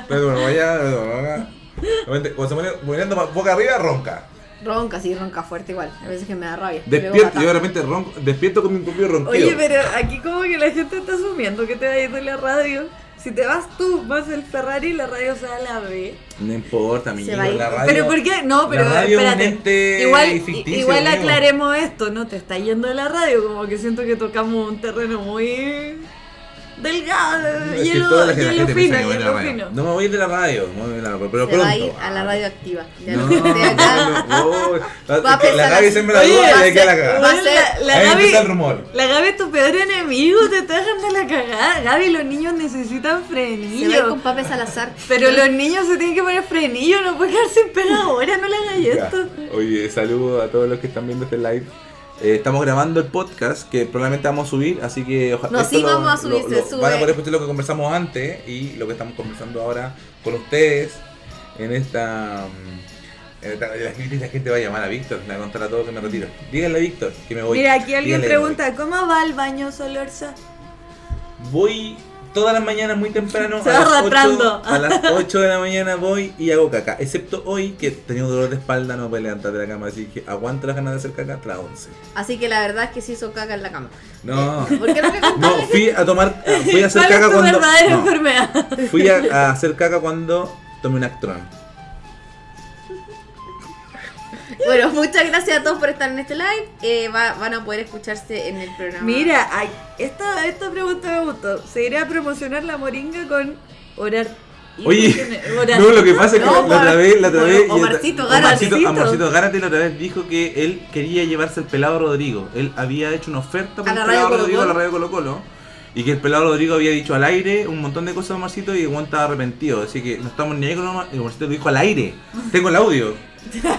Me duermo allá, me duermo acá. Realmente, Cuando se muere moviendo boca arriba, ronca.
Ronca, sí, ronca fuerte igual. A veces que me da rabia. Me pego
Despierto,
patada.
yo realmente ronco, despierto con mi propio ronquido.
Oye, pero aquí como que la gente está asumiendo que te va a ir de la radio. Si te vas tú, vas el Ferrari, la radio se va a la B.
No importa, mi
Se va a ir.
la radio.
Pero ¿por qué? No, pero
la radio es un
espérate.
ente
igual
ficticio,
igual
amigo.
aclaremos esto, ¿no? Te está yendo de la radio, como que siento que tocamos un terreno muy delgado,
Es que toda la
hielo,
gente- la
hielo
gente piensa que
fino,
voy de la
hielo
radio.
fino.
No me voy a ir de la radio, no me voy a ir de la radio, pero
Se
pronto. Ah.
va a ir a la radio activa. Ya [LAUGHS]
No,
lo conté acá.
no, no. La-
Va a
que La
pensar
Gaby
así.
siempre la
Oye,
duda y
va
le
a
queda
ser-
la cagada.
va-
Bueno, la, la
Ahí
Gaby,
empieza el rumor.
la Gaby es tu peor enemigo, te está dejando la cagada. Gaby, los niños necesitan
Se va a ir
frenillo.
con Pape Salazar.
Pero los niños se tienen que poner frenillo, no puedes quedar sin
[LAUGHS]
pega ahora, no le hagas esto.
Ya. Oye, saludo a todos los que están viendo este live. Eh, estamos grabando el podcast que probablemente vamos a subir, así que ojalá.
No, sí vamos a subir, se sube.
Van a poder escuchar lo que conversamos antes y lo que estamos conversando ahora con ustedes en esta. mm, en esta- la, gente- la gente va a llamar a Víctor, le va a contar a todos que me retiro.
Mm.
Díganle a Víctor que me voy.
Mira, aquí alguien
Díganle que me
pregunta, ¿cómo va el baño Solorza?
Voy todas las mañanas muy temprano.
Se
a,
va
las
arrastrando.
8, a las
[LAUGHS]
8 de la mañana voy y hago caca. Excepto hoy que tenía un dolor de espalda, no puedo levantar de la cama. Así que aguanto las ganas de hacer caca hasta las 11.
Así que la verdad es que se hizo caca en la cama.
No.
¿Por qué no te
[LAUGHS] No, fui a tomar. eh, Fui a hacer
¿Cuál
caca
es tu
cuando.
verdadera
no,
enfermedad? [LAUGHS]
fui a, a hacer caca cuando tomé un Actron.
Bueno, muchas gracias a todos por estar en este live. Eh, va- van a poder escucharse en el programa.
Mira, ay, esta, esta pregunta me gustó. ¿Se irá a promocionar la moringa con orar?
Oye, [LAUGHS]
orar-
no, lo que pasa es que
No,
la otra
Omar-
vez, la otra vez, y
Omarcito
otra- Omarcito,
Gárate. [LAUGHS]
Amorcito Gárate la otra vez dijo que él quería llevarse el pelado Rodrigo. Él había hecho una oferta por
A
el
la
pelado
radio Colo
Rodrigo a
Colo.
la radio Colo Colo. Y que el pelado Rodrigo había dicho al aire un montón de cosas a Omarcito y el weón estaba arrepentido. Así que no estamos ni ahí con Omar- y Omarcito dijo al aire. Tengo el audio.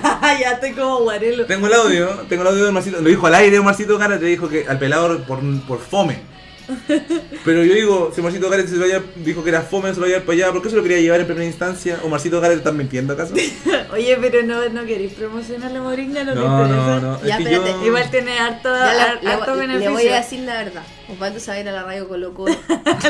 Ah, ya estoy como guarelo.
Tengo el audio, tengo el audio de Omarcito. Lo dijo al aire Omarcito Gárate, dijo que al pelado por, por fome. Pero yo digo, si Marcito Gareth se lo haya- dijo que era fome, se lo iba a llevar para allá, ¿por qué se lo quería llevar en primera instancia? ¿O Marcito Gareth está mintiendo acaso?
Oye, pero no, no queréis promocionar la moringa, no,
No,
te interesa.
no, no. es
Ya,
que
espérate,
yo...
Igual tiene harto,
Ya la- la-
harto
le,
beneficio.
voy a decir la verdad. Osvaldo se va a ir a la radio Colo Colo.
[LAUGHS]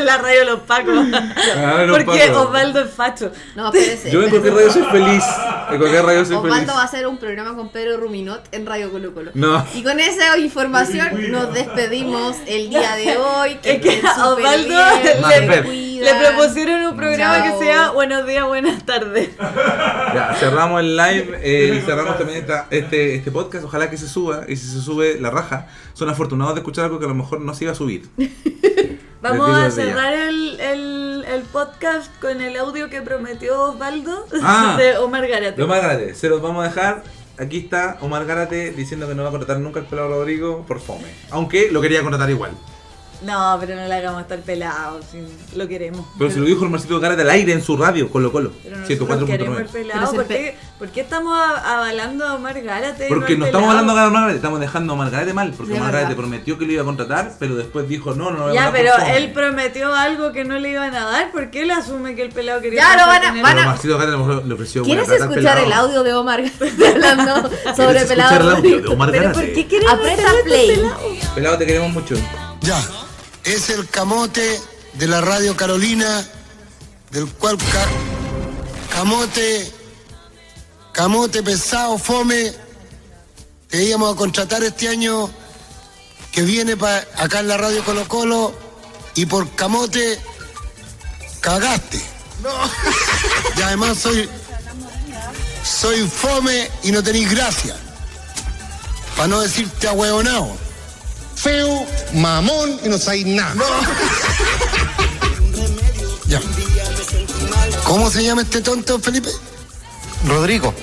la radio de los pacos. [LAUGHS]
Ah, no,
Porque
Paco.
Osvaldo es facho.
No, espérese.
Yo en cualquier radio soy feliz. En cualquier radio soy feliz.
Osvaldo va a hacer un programa con Pedro Ruminot en Radio Colo Colo.
No.
Y con esa información nos despedimos el día de hoy. Que
Es que
estén
a
súper
Osvaldo
bien,
le-
se
le
cuidan.
Le propusieron un programa
Chao.
que sea Buenos días, buenas
[LAUGHS]
tardes.
Ya, cerramos el live eh, y cerramos también esta- este, este podcast. Ojalá que se suba. Y si se sube la raja, son afortunados de escuchar algo que a lo mejor no se iba a subir.
Vamos
digo
a
desde ya.
cerrar el, el, el podcast con el audio que prometió Osvaldo [LAUGHS]
Ah.
de Omar Garate.
De Omar Gárate, se los vamos a dejar. Aquí está Omar Gárate diciendo que no va a contratar nunca al pelado Rodrigo por fome. Aunque lo quería contratar igual.
No, pero no le hagamos estar pelado, si lo queremos.
Pero se lo dijo el Marcito Gárate al aire en su radio, Colo Colo.
Pero nosotros queremos el
104.9.
pelado.
Pero se
¿Por
pe-
qué, por qué estamos a- avalando a Omar Gárate? y
Porque
al
no estamos
pelado?
hablando de Omar Gárate, estamos dejando a Omar Gárate mal. Porque
De
Omar Gárate
verdad.
prometió que lo iba a contratar, pero después dijo no, no lo voy a
Ya,
contratar
pero
por fome.
él prometió algo que no le iban a dar. ¿Por qué él asume que el pelado quería
Ya, lo van a-
tener-
van
Pero
a-
Marcito Gárate a lo mejor le ofreció buena
¿Quieres
plata al
escuchar
pelado.
el audio de Omar [LAUGHS] García hablando sobre
¿Quieres escuchar el
pelado?
audio
[LAUGHS]
de Omar
¿Pero
Gárate?
por qué quieren
Aprieta
hacerlo
play.
este pelado?
Pelado, te queremos mucho.
Ya, es el camote de la Radio Carolina, del cual ca- camote, camote pesado, fome, te íbamos a contratar este año, que viene pa- acá en la Radio Colo Colo, y por camote cagaste. Y además soy, soy fome y no tenéis gracia, para no decirte ahueonao.
feo, mamón y no sabéis nada.
Ya. ¿Cómo se llama este tonto, Felipe?
Rodrigo,